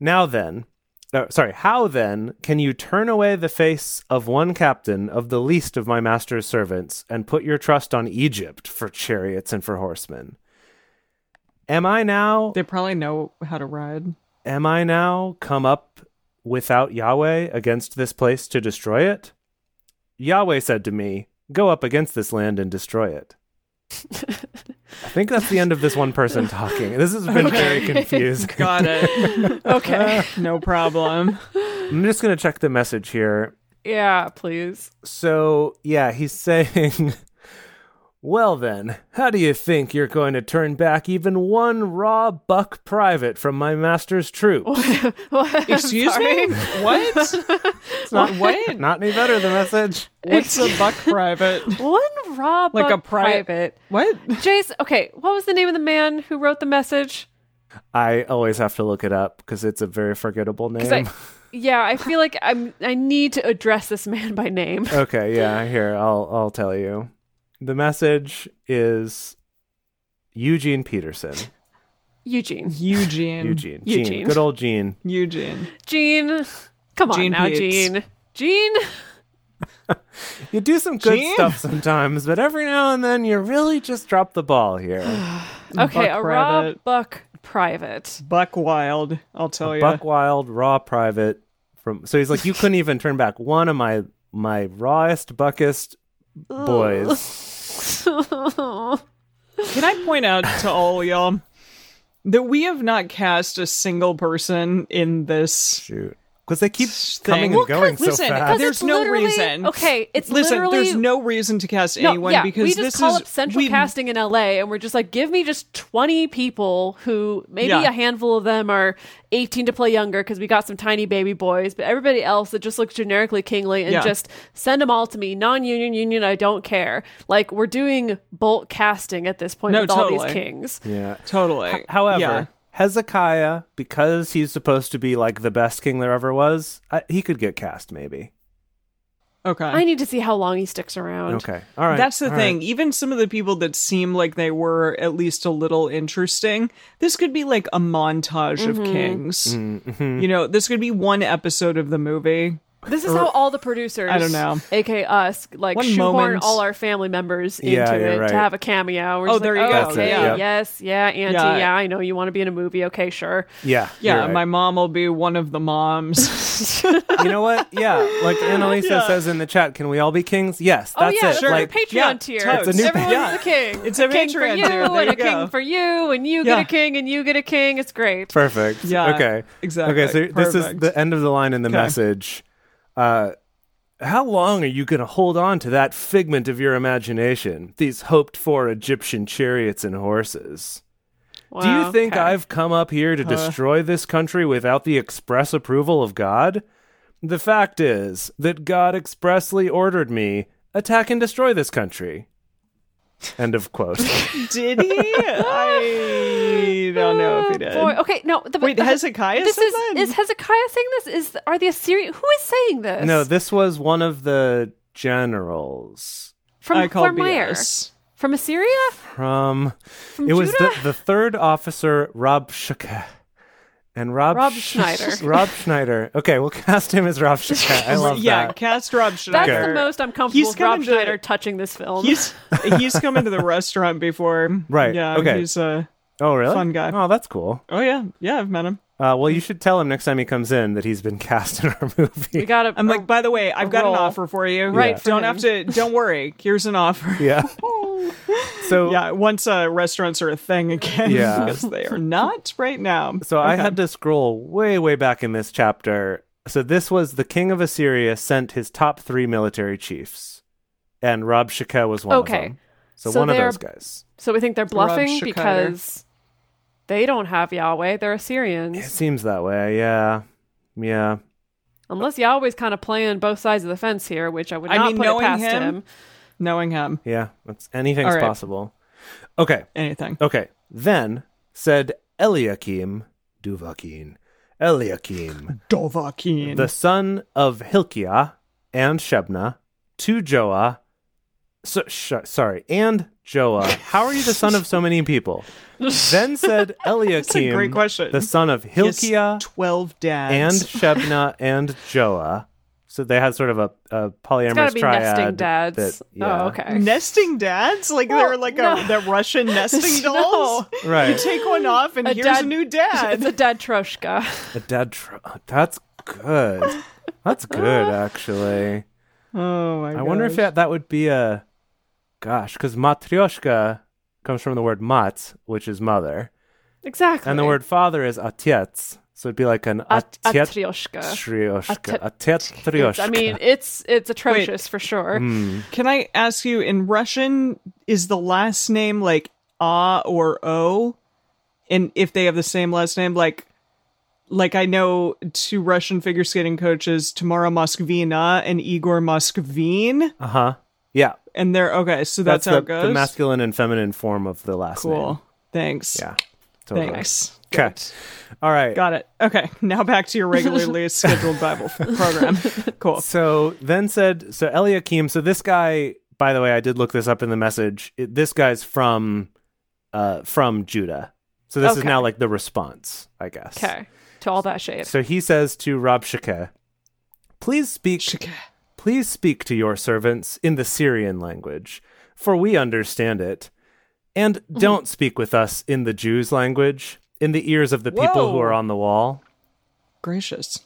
Speaker 3: Now then, uh, sorry. How then can you turn away the face of one captain of the least of my master's servants and put your trust on Egypt for chariots and for horsemen? Am I now
Speaker 2: They probably know how to ride.
Speaker 3: Am I now come up without Yahweh against this place to destroy it? Yahweh said to me, Go up against this land and destroy it. I think that's the end of this one person talking. This has been very confusing.
Speaker 2: Got it.
Speaker 4: [laughs] Okay.
Speaker 2: no [laughs] problem.
Speaker 3: I'm just going to check the message here.
Speaker 4: yeah, please.
Speaker 3: So, yeah, he's [laughs] saying, Well, then, how do you think you're going to turn back even one raw buck private from my master's troop?
Speaker 4: What? [laughs]
Speaker 2: Excuse me. What? [laughs] It's not what?
Speaker 3: Not any better, the message.
Speaker 2: What's a [laughs] buck private?
Speaker 4: One raw
Speaker 2: Like
Speaker 4: buck
Speaker 2: a pri-
Speaker 4: private.
Speaker 2: What?
Speaker 4: Jace, okay, what was the name of the man who wrote the message?
Speaker 3: I always have to look it up because it's a very forgettable
Speaker 4: [laughs] 'Cause
Speaker 3: name. [laughs]
Speaker 4: I, yeah, I feel like I'm. I need to address this man by name.
Speaker 3: okay, yeah, here I'll I'll tell you. The message is Eugene Peterson.
Speaker 4: Eugene.
Speaker 2: Eugene.
Speaker 3: Eugene. Gene.
Speaker 4: Eugene.
Speaker 3: Good old Gene.
Speaker 2: Eugene.
Speaker 4: Gene. Come on
Speaker 2: Gene
Speaker 4: now,
Speaker 2: Peets.
Speaker 4: Gene. Gene.
Speaker 3: you do some good
Speaker 2: Gene?
Speaker 3: stuff sometimes, but every now and then you really just drop the ball
Speaker 4: [gasps]
Speaker 3: here.
Speaker 4: Okay,
Speaker 2: Buck
Speaker 4: a raw
Speaker 2: private.
Speaker 4: buck private.
Speaker 2: Buck Wild, I'll tell you.
Speaker 3: Buck Wild, raw private from so he's like, You couldn't even turn back one of my my rawest, buckest boys.
Speaker 2: Can I point out to all y'all that we have not cast a single person in this?
Speaker 3: Shoot. Because they keep
Speaker 2: Thing.
Speaker 3: coming
Speaker 2: Well,
Speaker 3: and going
Speaker 4: 'cause-
Speaker 3: so
Speaker 2: listen,
Speaker 3: fast.
Speaker 4: Because
Speaker 2: there's
Speaker 4: it's
Speaker 2: no
Speaker 4: literally-
Speaker 2: reason.
Speaker 4: Okay, it's
Speaker 2: Listen,
Speaker 4: literally
Speaker 2: there's no reason to cast
Speaker 4: No,
Speaker 2: anyone
Speaker 4: yeah,
Speaker 2: because
Speaker 4: we just
Speaker 2: this
Speaker 4: call
Speaker 2: is
Speaker 4: up central
Speaker 2: we-
Speaker 4: casting in LA and we're just like, give me just 20 people who maybe
Speaker 2: Yeah.
Speaker 4: a handful of them are 18 to play younger because we got some tiny baby boys, but everybody else that just looks generically kingly and
Speaker 2: Yeah.
Speaker 4: just send them all to me. Non union, union, I don't care. Like, we're doing bolt casting at this point
Speaker 2: No,
Speaker 4: with all
Speaker 2: totally.
Speaker 4: these kings.
Speaker 3: yeah.
Speaker 2: Totally.
Speaker 3: However,
Speaker 2: Yeah.
Speaker 3: Hezekiah, because he's supposed to be like the best king there ever was, I, he could get cast maybe.
Speaker 2: okay.
Speaker 4: I need to see how long he sticks around.
Speaker 3: Okay. All right.
Speaker 2: That's the
Speaker 3: all
Speaker 2: thing.
Speaker 3: right.
Speaker 2: Even some of the people that seem like they were at least a little interesting, this could be like a montage
Speaker 4: Mm-hmm.
Speaker 2: of kings.
Speaker 3: Mm-hmm.
Speaker 2: You know, this could be one episode of the movie.
Speaker 4: This is how all the producers,
Speaker 2: I don't know.
Speaker 4: aka us, like
Speaker 2: One
Speaker 4: shoehorn
Speaker 2: moment.
Speaker 4: all our family members into
Speaker 3: Yeah, you're
Speaker 4: it
Speaker 3: right.
Speaker 4: to have a cameo. We're
Speaker 2: Oh,
Speaker 4: just
Speaker 2: there
Speaker 4: like,
Speaker 2: you
Speaker 4: "Oh,
Speaker 2: go.
Speaker 4: Okay,
Speaker 3: Yeah.
Speaker 4: yes, yeah, Auntie,
Speaker 2: Yeah.
Speaker 4: yeah. I know you want to be in a movie. Okay, sure.
Speaker 3: Yeah.
Speaker 2: Yeah,
Speaker 3: you're right.
Speaker 2: my mom will be one of the
Speaker 3: [laughs]
Speaker 2: moms. [laughs]
Speaker 3: You know what? Yeah. Like Annalisa says in the chat, can we all be kings? Yes. That's
Speaker 4: oh yeah,
Speaker 3: it.
Speaker 4: it's
Speaker 2: Sure.
Speaker 4: like
Speaker 3: Like,
Speaker 4: Patreon
Speaker 2: yeah,
Speaker 4: tier.
Speaker 2: totes.
Speaker 3: It's a new-
Speaker 4: Everyone's
Speaker 2: Yeah.
Speaker 4: a king.
Speaker 2: It's a
Speaker 4: king for
Speaker 2: Patreon
Speaker 4: you
Speaker 2: tier. There
Speaker 4: and
Speaker 2: you
Speaker 4: a
Speaker 2: go.
Speaker 4: king for you, and you
Speaker 2: Yeah.
Speaker 4: get a king, and you get a king. It's great.
Speaker 3: perfect.
Speaker 2: Yeah,
Speaker 3: Okay.
Speaker 2: exactly.
Speaker 3: Okay. So this is
Speaker 2: Perfect.
Speaker 3: the end of the line in the message. Uh, how long are you going to hold on to that figment of your imagination? These hoped for Egyptian chariots and horses. Do you
Speaker 4: Wow.
Speaker 3: think
Speaker 2: okay.
Speaker 3: I've come up here to destroy this country without the express approval of God? The fact is that God expressly ordered me attack and destroy this country. End of quote.
Speaker 2: did he? I don't know
Speaker 4: [laughs]
Speaker 2: if he did.
Speaker 4: Ah, Boy, okay, no. The,
Speaker 2: Wait,
Speaker 4: the-
Speaker 2: Hezekiah
Speaker 4: This
Speaker 2: said
Speaker 4: is
Speaker 2: that?
Speaker 4: is Hezekiah saying this? Is are the Assyrian? Who is saying this?
Speaker 3: no, this was one of the generals
Speaker 4: from
Speaker 2: I call
Speaker 4: from where?
Speaker 2: BS.
Speaker 4: From Assyria?
Speaker 3: from. it was the,
Speaker 4: Judah?
Speaker 3: the third officer, Rob Shaka. And Rob,
Speaker 4: Rob
Speaker 3: Sch-
Speaker 4: Schneider.
Speaker 3: Rob Schneider. Okay, we'll [laughs] cast him as Rob Shaka.
Speaker 2: [laughs]
Speaker 3: I love
Speaker 2: yeah,
Speaker 3: that.
Speaker 2: cast Rob
Speaker 4: That's
Speaker 2: Schneider.
Speaker 4: the most I'm comfortable
Speaker 2: He's
Speaker 4: with Rob
Speaker 2: coming to-
Speaker 4: Schneider touching this film.
Speaker 2: He's he's come into the restaurant before.
Speaker 3: [laughs] Right,
Speaker 2: Yeah.
Speaker 3: okay.
Speaker 2: He's uh
Speaker 3: Oh, really?
Speaker 2: fun guy.
Speaker 3: Oh, that's cool.
Speaker 2: oh yeah, yeah, I've met him.
Speaker 3: Uh, well, you should tell him next time he comes in that he's been [laughs] cast in our
Speaker 4: we
Speaker 3: movie.
Speaker 4: got a,
Speaker 2: I'm
Speaker 3: Oh,
Speaker 2: like, by the way, I've got
Speaker 4: roll.
Speaker 2: an offer for you.
Speaker 4: Right, for
Speaker 2: Don't
Speaker 4: him.
Speaker 2: have to don't worry. Here's an
Speaker 3: [laughs]
Speaker 2: offer.
Speaker 3: [laughs] yeah.
Speaker 4: [laughs]
Speaker 3: so yeah.
Speaker 2: Yeah, once uh, restaurants are a thing again, [laughs]
Speaker 3: Yeah.
Speaker 2: because they are not right now.
Speaker 3: So I had to scroll way, way back in this chapter. So this was the king of Assyria sent his top three military chiefs, and Rob Shaka was one of
Speaker 4: Okay.
Speaker 3: them. So,
Speaker 4: So
Speaker 3: one of
Speaker 4: they're-
Speaker 3: those guys.
Speaker 4: so we think they're bluffing
Speaker 2: Shakir.
Speaker 4: because they don't have Yahweh. They're Assyrians.
Speaker 3: It seems that way. Yeah. Yeah.
Speaker 4: Unless Yahweh's kind of playing both sides of the fence here, which I would
Speaker 2: I
Speaker 4: not
Speaker 2: mean,
Speaker 4: put it
Speaker 2: knowing
Speaker 4: past
Speaker 2: him-
Speaker 4: him.
Speaker 2: knowing him.
Speaker 3: Yeah. That's, anything's
Speaker 2: All right.
Speaker 3: possible. Okay.
Speaker 2: Anything.
Speaker 3: Okay. Then said Eliakim, Duvakin, Eliakim.
Speaker 2: Dovahkiin.
Speaker 3: the son of Hilkiah and Shebna to Joah. So, sh- sorry, and Joah. How are you the son of so many
Speaker 4: [laughs]
Speaker 3: people? then said Eliakim,
Speaker 2: great question.
Speaker 3: the son of
Speaker 2: Yes,
Speaker 3: Hilkiah
Speaker 2: Twelve
Speaker 3: and
Speaker 2: dads.
Speaker 3: Shebna and Joah. So they had sort of a, a polyamorous
Speaker 4: It's got to be
Speaker 3: triad.
Speaker 4: nesting dads.
Speaker 3: that- yeah.
Speaker 4: Oh, okay.
Speaker 2: nesting dads, like they're
Speaker 4: Well,
Speaker 2: like a,
Speaker 4: no.
Speaker 2: the
Speaker 4: [laughs]
Speaker 2: Russian nesting
Speaker 4: No.
Speaker 2: dolls. You
Speaker 3: Right.
Speaker 2: take one off, and
Speaker 4: A
Speaker 2: here's
Speaker 4: dad-
Speaker 2: a new dad.
Speaker 4: [laughs] It's a dad troshka. [laughs]
Speaker 3: A dad. Tr- that's good. That's
Speaker 4: [laughs]
Speaker 3: good, actually.
Speaker 2: oh my!
Speaker 3: I wonder if
Speaker 2: gosh.
Speaker 3: that, that would be a gosh, because matryoshka comes from the word mat, which is mother,
Speaker 4: exactly.
Speaker 3: and the word father is atyets, so it'd be like an
Speaker 4: At-
Speaker 3: atyet-
Speaker 4: atryoshka.
Speaker 3: tryoshka,
Speaker 4: At-
Speaker 3: atyet
Speaker 4: It's- I mean, it's it's atrocious for sure.
Speaker 3: Mm.
Speaker 2: Can I ask you in Russian is the last name like ah or o? And if they have the same last name, like like I know two Russian figure skating coaches, Tamara Moskvina and Igor Moskvin,
Speaker 3: uh huh, yeah,
Speaker 2: and they're okay. So that's,
Speaker 3: that's,
Speaker 2: how
Speaker 3: the,
Speaker 2: it goes.
Speaker 3: the masculine and feminine form of the last name.
Speaker 2: cool. Thanks.
Speaker 3: Yeah, totally.
Speaker 2: Thanks.
Speaker 3: Okay, all right.
Speaker 2: Got it. Okay. Now back to your
Speaker 3: [laughs]
Speaker 2: regularly scheduled Bible f- program. Cool.
Speaker 3: So then said, so Eliakim, so this guy, by the way, I did look this up in the message. It, this guy's from, uh, from Judah. So this is
Speaker 4: Okay.
Speaker 3: now like the response, I guess.
Speaker 4: Okay, to all that shade.
Speaker 3: So he says to Rabshakeh, please speak,
Speaker 2: Shaka.
Speaker 3: Please speak to your servants in the Syrian language, for we understand it. And
Speaker 4: Mm-hmm.
Speaker 3: don't speak with us in the Jews' language, in the ears of the people who
Speaker 2: Whoa.
Speaker 3: are on the wall.
Speaker 2: Gracious.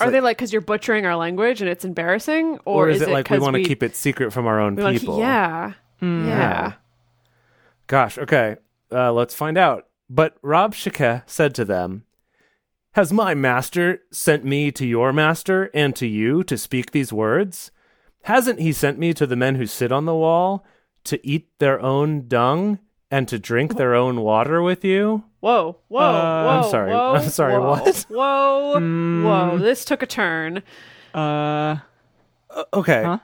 Speaker 4: Are they like because you're butchering our language and it's embarrassing, or,
Speaker 3: Or, is, it like we
Speaker 4: 'cause
Speaker 3: want to keep it secret from our own
Speaker 4: we wanna keep-
Speaker 3: people?
Speaker 4: yeah, yeah.
Speaker 3: Gosh, okay. Uh, let's find out. But Rob Shekeh said to them, Has my master sent me to your master and to you to speak these words? Hasn't he sent me to the men who sit on the wall to eat their own dung and to drink their own water with you?
Speaker 4: Whoa, whoa,
Speaker 2: Uh,
Speaker 4: whoa!
Speaker 3: I'm sorry.
Speaker 4: Whoa,
Speaker 3: I'm sorry,
Speaker 4: Whoa,
Speaker 3: what?
Speaker 4: [laughs] Whoa, whoa! This took a turn.
Speaker 2: Uh,
Speaker 3: Uh, okay.
Speaker 2: Huh?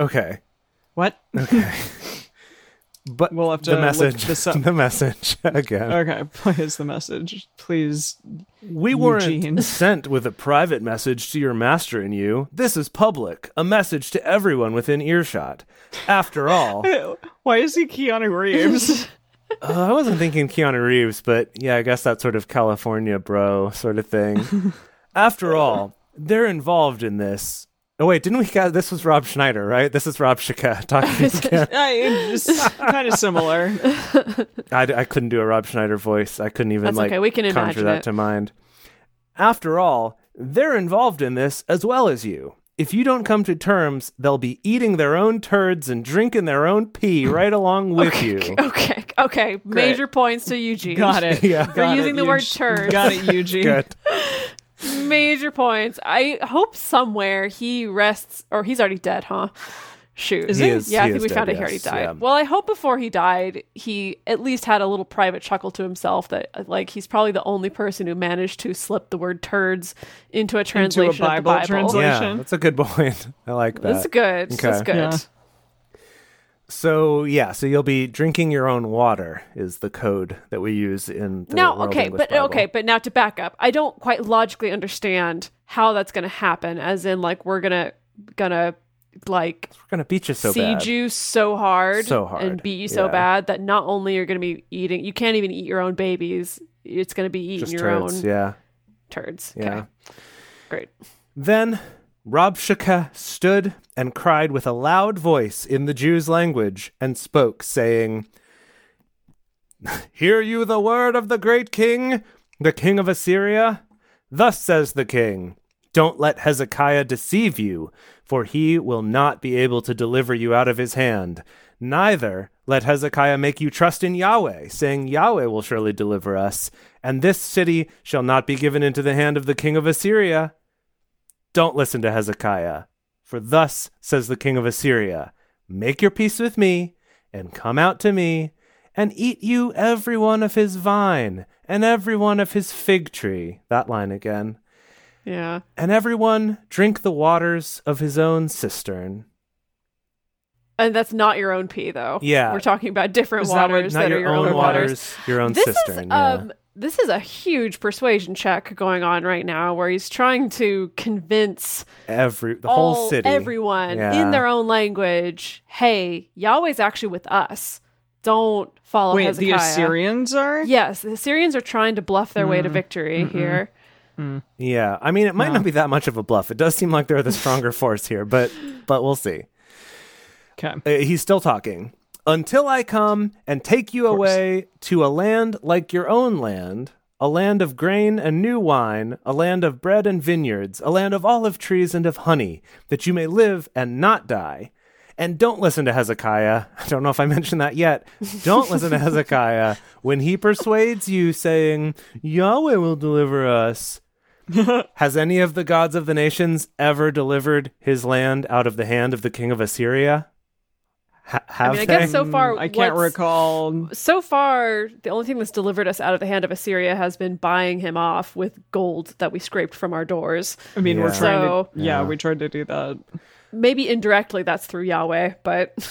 Speaker 3: okay.
Speaker 2: what?
Speaker 3: [laughs] But
Speaker 2: We'll have to
Speaker 3: the
Speaker 2: look
Speaker 3: message,
Speaker 2: this up.
Speaker 3: [laughs] the message again.
Speaker 2: Okay, [laughs] please the message. Please.
Speaker 3: We weren't
Speaker 2: Eugene.
Speaker 3: sent with a private message to your master and you. This is public, a message to everyone within earshot. After all, uh,
Speaker 4: [laughs]
Speaker 2: Why is he Keanu
Speaker 3: [laughs]
Speaker 2: Reeves?
Speaker 3: I wasn't thinking Keanu Reeves, but yeah, I guess that sort of California bro sort of thing. After all, they're involved in this. Oh wait, didn't we got this was Rob Schneider, right? This is Rob Shaka [laughs] talking again.
Speaker 2: I, just kind of
Speaker 4: [laughs]
Speaker 2: similar.
Speaker 3: I, I couldn't do a Rob Schneider voice. I couldn't even
Speaker 4: That's
Speaker 3: like
Speaker 4: okay, we can
Speaker 3: conjure
Speaker 4: imagine
Speaker 3: that
Speaker 4: it.
Speaker 3: to mind. After all, they're involved in this as well as you. If you don't come to terms, they'll be eating their own turds and drinking their own
Speaker 4: [laughs]
Speaker 3: pee right along with you.
Speaker 4: Okay, [laughs] okay. Major points to Eugene.
Speaker 2: Got it.
Speaker 3: Yeah.
Speaker 2: Got
Speaker 4: For
Speaker 2: it,
Speaker 4: using the word
Speaker 2: Eug-
Speaker 4: turd.
Speaker 2: Got it, Eugene.
Speaker 3: Good.
Speaker 4: [laughs] Major points. I hope somewhere he rests, or he's already dead, huh? Shoot.
Speaker 3: Is He he? is-
Speaker 4: yeah, I
Speaker 3: he
Speaker 4: think
Speaker 3: is
Speaker 4: we
Speaker 3: dead,
Speaker 4: found out he already
Speaker 3: yes,
Speaker 4: died.
Speaker 3: yeah.
Speaker 4: Well, I hope before he died, he at least had a little private chuckle to himself that, like, he's probably the only person who managed to slip the word turds into a translation
Speaker 2: Bible
Speaker 4: of the Bible.
Speaker 2: translation.
Speaker 3: Yeah, that's a good point. [laughs] I like that.
Speaker 4: That's good. That's
Speaker 3: Okay.
Speaker 4: good.
Speaker 2: Yeah.
Speaker 3: So yeah, so you'll be drinking your own water is the code that we use in the
Speaker 4: now
Speaker 3: World
Speaker 4: okay
Speaker 3: English
Speaker 4: but
Speaker 3: Bible.
Speaker 4: okay but now to back up i don't quite logically understand how that's gonna happen as in like we're gonna gonna like
Speaker 3: We're gonna beat you so
Speaker 4: siege
Speaker 3: bad.
Speaker 4: you so hard
Speaker 3: So hard,
Speaker 4: and beat you so
Speaker 3: yeah.
Speaker 4: bad that not only you're gonna be eating you can't even eat your own babies it's gonna be eating
Speaker 3: Just
Speaker 4: your
Speaker 3: turds.
Speaker 4: own
Speaker 3: Yeah.
Speaker 4: turds
Speaker 3: Yeah.
Speaker 4: okay great
Speaker 3: Then Rabshakeh stood and cried with a loud voice in the Jews' language and spoke, saying, Hear you the word of the great king, the king of Assyria? Thus says the king, Don't let Hezekiah deceive you, for he will not be able to deliver you out of his hand. Neither let Hezekiah make you trust in Yahweh, saying, Yahweh will surely deliver us, and this city shall not be given into the hand of the king of Assyria. Don't listen to Hezekiah, for thus says the king of Assyria Make your peace with me, and come out to me, and eat you every one of his vine, and every one of his fig tree. That line again.
Speaker 4: yeah
Speaker 3: And everyone drink the waters of his own cistern.
Speaker 4: and that's not your own pee though
Speaker 3: Yeah.
Speaker 4: we're talking about different
Speaker 3: Is that what-
Speaker 4: waters that, are your own, waters
Speaker 3: your own
Speaker 4: this
Speaker 3: cistern.
Speaker 4: is
Speaker 3: yeah.
Speaker 4: um this is a huge persuasion check going on right now where he's trying to convince
Speaker 3: Every the
Speaker 4: all
Speaker 3: whole city,
Speaker 4: everyone
Speaker 3: Yeah.
Speaker 4: in their own language hey yahweh's actually with us don't follow
Speaker 2: Wait,
Speaker 4: hezekiah
Speaker 2: the Assyrians are?
Speaker 4: yes the assyrians are trying to bluff their
Speaker 3: Mm-hmm.
Speaker 4: way to victory here
Speaker 3: Yeah, I mean, it might not be that much of a bluff. It does seem like they're the
Speaker 4: [laughs]
Speaker 3: stronger force here, but but we'll see.
Speaker 2: Okay.
Speaker 3: Uh, he's still talking. Until I come and take you away to a land like your own land, a land of grain and new wine, a land of bread and vineyards, a land of olive trees and of honey, that you may live and not die. And don't listen to Hezekiah. I don't know if I [laughs] mentioned that yet. Don't
Speaker 4: [laughs]
Speaker 3: listen to Hezekiah when he persuades you, saying, Yahweh will deliver
Speaker 4: [laughs]
Speaker 3: us. Has any of the gods of the nations ever delivered his land out of the hand of the king of Assyria? Ha- have
Speaker 4: i mean i
Speaker 3: they?
Speaker 4: guess so far
Speaker 2: I can't
Speaker 4: what's-
Speaker 2: recall.
Speaker 4: so far the only thing that's delivered us out of the hand of assyria has been buying him off with gold that we scraped from our doors
Speaker 2: I mean, we're
Speaker 3: Yeah.
Speaker 2: trying
Speaker 4: So-
Speaker 2: to. Yeah, we tried to do that.
Speaker 4: maybe indirectly that's through yahweh but [laughs]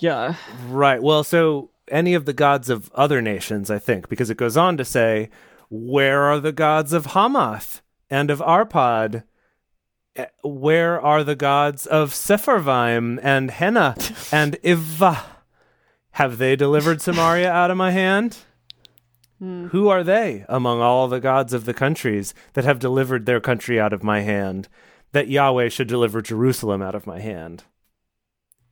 Speaker 2: Yeah.
Speaker 3: Right. Well, so any of the gods of other nations, I think, because it goes on to say, where are the gods of Hamath and of Arpad? Eh, Where are the gods of Sepharvaim and
Speaker 4: [laughs]
Speaker 3: Henna and Iva? Have they delivered Samaria out of my hand?
Speaker 4: Hmm.
Speaker 3: Who are they among all the gods of the countries that have delivered their country out of my hand? that Yahweh should deliver Jerusalem out of my hand.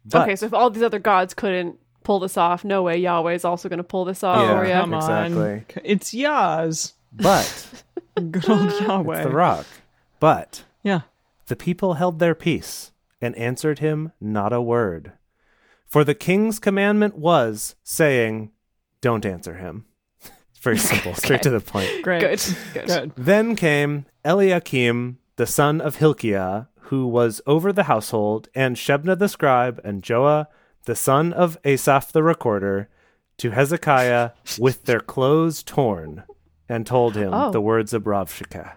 Speaker 3: But-
Speaker 4: okay, so if all these other gods couldn't pull this off, no way Yahweh is also going to pull this off
Speaker 3: Yeah,
Speaker 4: for
Speaker 2: come
Speaker 4: you.
Speaker 3: exactly.
Speaker 2: on. It's Yaz. [laughs]
Speaker 3: but
Speaker 2: Good old Yahweh.
Speaker 3: it's the rock. But
Speaker 2: Yeah.
Speaker 3: The people held their peace and answered him not a word. For the king's commandment was, saying, Don't answer him. [laughs] It's very simple, straight to the point.
Speaker 2: Great.
Speaker 4: Good, [laughs] good.
Speaker 2: Good.
Speaker 3: Then came Eliakim, the son of Hilkiah, who was over the household, and Shebna the scribe, and Joah, the son of Asaph the recorder, to Hezekiah with their clothes torn, and told him
Speaker 4: Oh.
Speaker 3: the words of Rabshakeh.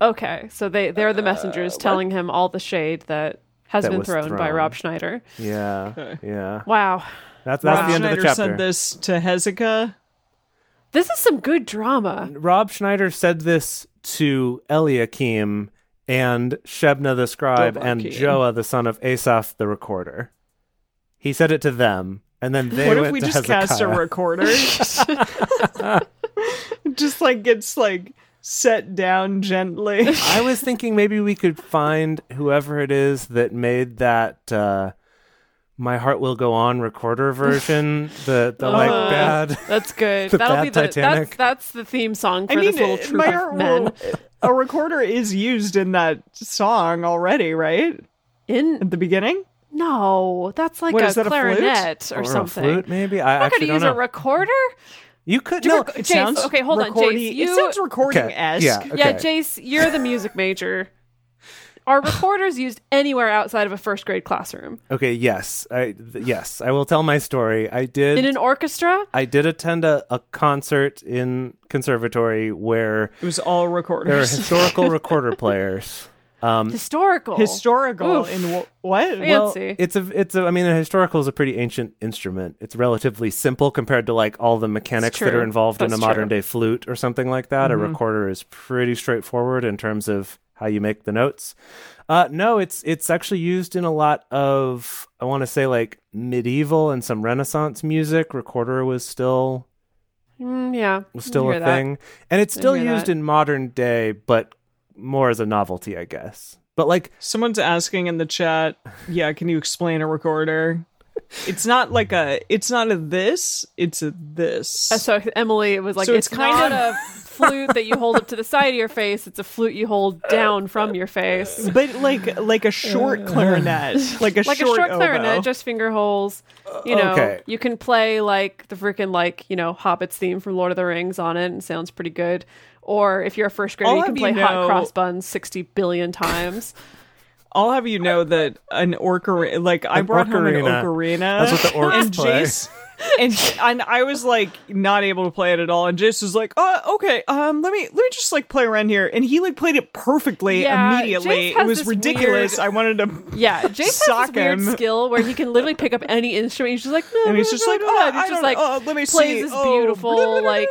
Speaker 4: Okay, so they they're the messengers telling him all the shade that has
Speaker 3: Uh, That
Speaker 4: been
Speaker 3: was
Speaker 4: thrown, by
Speaker 3: thrown.
Speaker 4: Rob Schneider.
Speaker 3: Yeah, yeah.
Speaker 4: Wow,
Speaker 3: That's, that's
Speaker 2: Rob
Speaker 3: the end
Speaker 2: Schneider
Speaker 3: of the chapter.
Speaker 2: said this to Hezekiah.
Speaker 4: this is some good drama.
Speaker 3: Rob Schneider said this to Eliakim and Shebna the scribe and
Speaker 2: Eliakim.
Speaker 3: Joah the son of Asaph the recorder. He said it to them, and then they
Speaker 2: what
Speaker 3: went
Speaker 2: if we
Speaker 3: to
Speaker 2: just cast a
Speaker 3: Hezekiah.
Speaker 4: [laughs]
Speaker 2: recorder? just like gets like set down gently.
Speaker 3: I was thinking maybe we could find whoever it is that made that uh, "My Heart Will Go On" recorder
Speaker 4: [laughs]
Speaker 3: version. The the like
Speaker 4: Uh,
Speaker 3: bad.
Speaker 4: That's
Speaker 3: [laughs]
Speaker 4: good.
Speaker 3: The
Speaker 4: That'll
Speaker 3: bad
Speaker 4: be the
Speaker 3: Titanic.
Speaker 4: that's that's the theme song for
Speaker 2: I mean,
Speaker 4: this little
Speaker 2: it-
Speaker 4: troop
Speaker 2: my
Speaker 4: of
Speaker 2: heart
Speaker 4: men.
Speaker 2: will- a recorder is used in that song already, right?
Speaker 4: In
Speaker 2: At the beginning?
Speaker 4: no, that's like
Speaker 2: What,
Speaker 4: a
Speaker 2: is that a flute?
Speaker 4: clarinet
Speaker 3: [laughs]
Speaker 4: or,
Speaker 3: or
Speaker 4: something.
Speaker 3: a flute, maybe. I
Speaker 4: I'm not
Speaker 3: actually
Speaker 4: gonna
Speaker 3: don't
Speaker 4: use
Speaker 3: know.
Speaker 4: a recorder.
Speaker 3: you could no.
Speaker 4: rec-
Speaker 2: It
Speaker 4: Jace,
Speaker 2: sounds
Speaker 4: okay, hold on, Jace,
Speaker 2: recordy-
Speaker 4: you-
Speaker 2: It sounds recording esque.
Speaker 3: Yeah, okay.
Speaker 4: Yeah, Jace, you're the music major.
Speaker 3: [laughs]
Speaker 4: Are recorders used anywhere outside of a first grade classroom?
Speaker 3: Okay, yes, I th- yes, I will tell my story. I did
Speaker 4: In an orchestra?
Speaker 3: I did attend a, a concert in conservatory where
Speaker 2: It was all
Speaker 3: there are
Speaker 2: recorders.
Speaker 4: [laughs]
Speaker 3: historical recorder players. Um,
Speaker 4: Historical.
Speaker 2: Historical
Speaker 4: Oof.
Speaker 2: in wh- what?
Speaker 4: Yeah.
Speaker 3: well,
Speaker 4: fancy.
Speaker 3: it's a it's a I mean a historical is a pretty ancient instrument. It's relatively simple compared to like all the mechanics that
Speaker 4: true.
Speaker 3: are involved in
Speaker 4: That's
Speaker 3: a modern
Speaker 4: true.
Speaker 3: day
Speaker 4: Mm-hmm.
Speaker 3: flute or something like that. A recorder is pretty straightforward in terms of how you make the notes. Uh, no, it's it's actually used in a lot of I want to say like medieval and some Renaissance music. Recorder was still
Speaker 4: Mm, yeah.
Speaker 3: was still
Speaker 4: I
Speaker 3: a
Speaker 4: hear that.
Speaker 3: thing. And it's still
Speaker 4: hear
Speaker 3: used
Speaker 4: that.
Speaker 3: in modern day, but more as a novelty, I guess. But like,
Speaker 2: Someone's asking in the chat, yeah, can you explain a recorder? It's not like a it's not a this, it's a this.
Speaker 4: Uh, So Emily, it was like
Speaker 2: So
Speaker 4: it's,
Speaker 2: it's kind
Speaker 4: not
Speaker 2: of-
Speaker 4: a [laughs] flute that you hold up to the side of your face. It's a flute you hold down from
Speaker 3: [laughs]
Speaker 4: your face,
Speaker 2: but like like a
Speaker 3: Uh,
Speaker 2: short clarinet, like a
Speaker 4: [laughs] like
Speaker 2: short
Speaker 4: a short clarinet,
Speaker 2: oboe.
Speaker 4: just finger holes. You know,
Speaker 3: okay.
Speaker 4: you can play like the freaking like you know Hobbit's theme from Lord of the Rings on it, and it sounds pretty good. Or if you're a first grader,
Speaker 2: I'll
Speaker 4: you
Speaker 2: have
Speaker 4: can
Speaker 2: you
Speaker 4: play hot
Speaker 2: know-
Speaker 4: cross buns sixty billion times.
Speaker 2: I'll have you know that an orca like I
Speaker 3: An
Speaker 2: brought home
Speaker 3: ocarina.
Speaker 2: an ocarina.
Speaker 3: That's what the orcs
Speaker 2: and
Speaker 3: play.
Speaker 2: Jace, and and I was like not able to play it at all. And Jace was like, "Oh, okay. Um, let me let me just like play around here." And he like played it perfectly
Speaker 4: Yeah,
Speaker 2: immediately.
Speaker 4: Jace has
Speaker 2: It was
Speaker 4: this
Speaker 2: ridiculous.
Speaker 4: weird-
Speaker 2: I wanted to.
Speaker 4: [laughs] Yeah, Jace has this
Speaker 2: Sock
Speaker 4: weird
Speaker 2: him.
Speaker 4: skill where he can literally pick up any instrument. He's just like, no,
Speaker 2: And
Speaker 4: [laughs]
Speaker 2: he's
Speaker 4: no,
Speaker 2: just
Speaker 4: no,
Speaker 2: like,
Speaker 4: no, no,
Speaker 2: "Oh,
Speaker 4: and
Speaker 2: I
Speaker 4: he's just
Speaker 2: don't
Speaker 4: like,
Speaker 2: know. let me
Speaker 4: plays
Speaker 2: see."
Speaker 4: this
Speaker 2: Oh, [laughs]
Speaker 4: beautiful like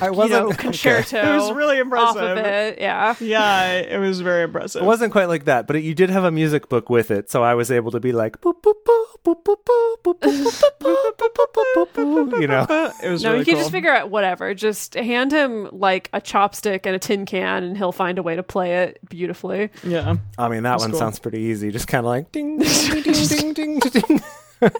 Speaker 3: I
Speaker 4: you
Speaker 3: wasn't [laughs]
Speaker 4: know concerto.
Speaker 2: It was really impressive.
Speaker 4: Off of it, yeah.
Speaker 2: yeah, it was very impressive.
Speaker 3: It wasn't quite like that, but it, you did have a music book with it, so I was able to be like, boop, boop, boop, boop, boop, boop, boop, boop, boop, boop, boop, boop, boop, boop, boop, you know.
Speaker 2: Uh, It was
Speaker 4: No,
Speaker 2: really
Speaker 4: you can
Speaker 2: cool.
Speaker 4: just figure out whatever. Just hand him like a chopstick and a tin can, and he'll find a way to play it beautifully.
Speaker 2: yeah.
Speaker 3: I mean, that one
Speaker 2: cool.
Speaker 3: sounds pretty easy. Just kind of like ding, ding, ding, ding, ding, ding, ding. [laughs]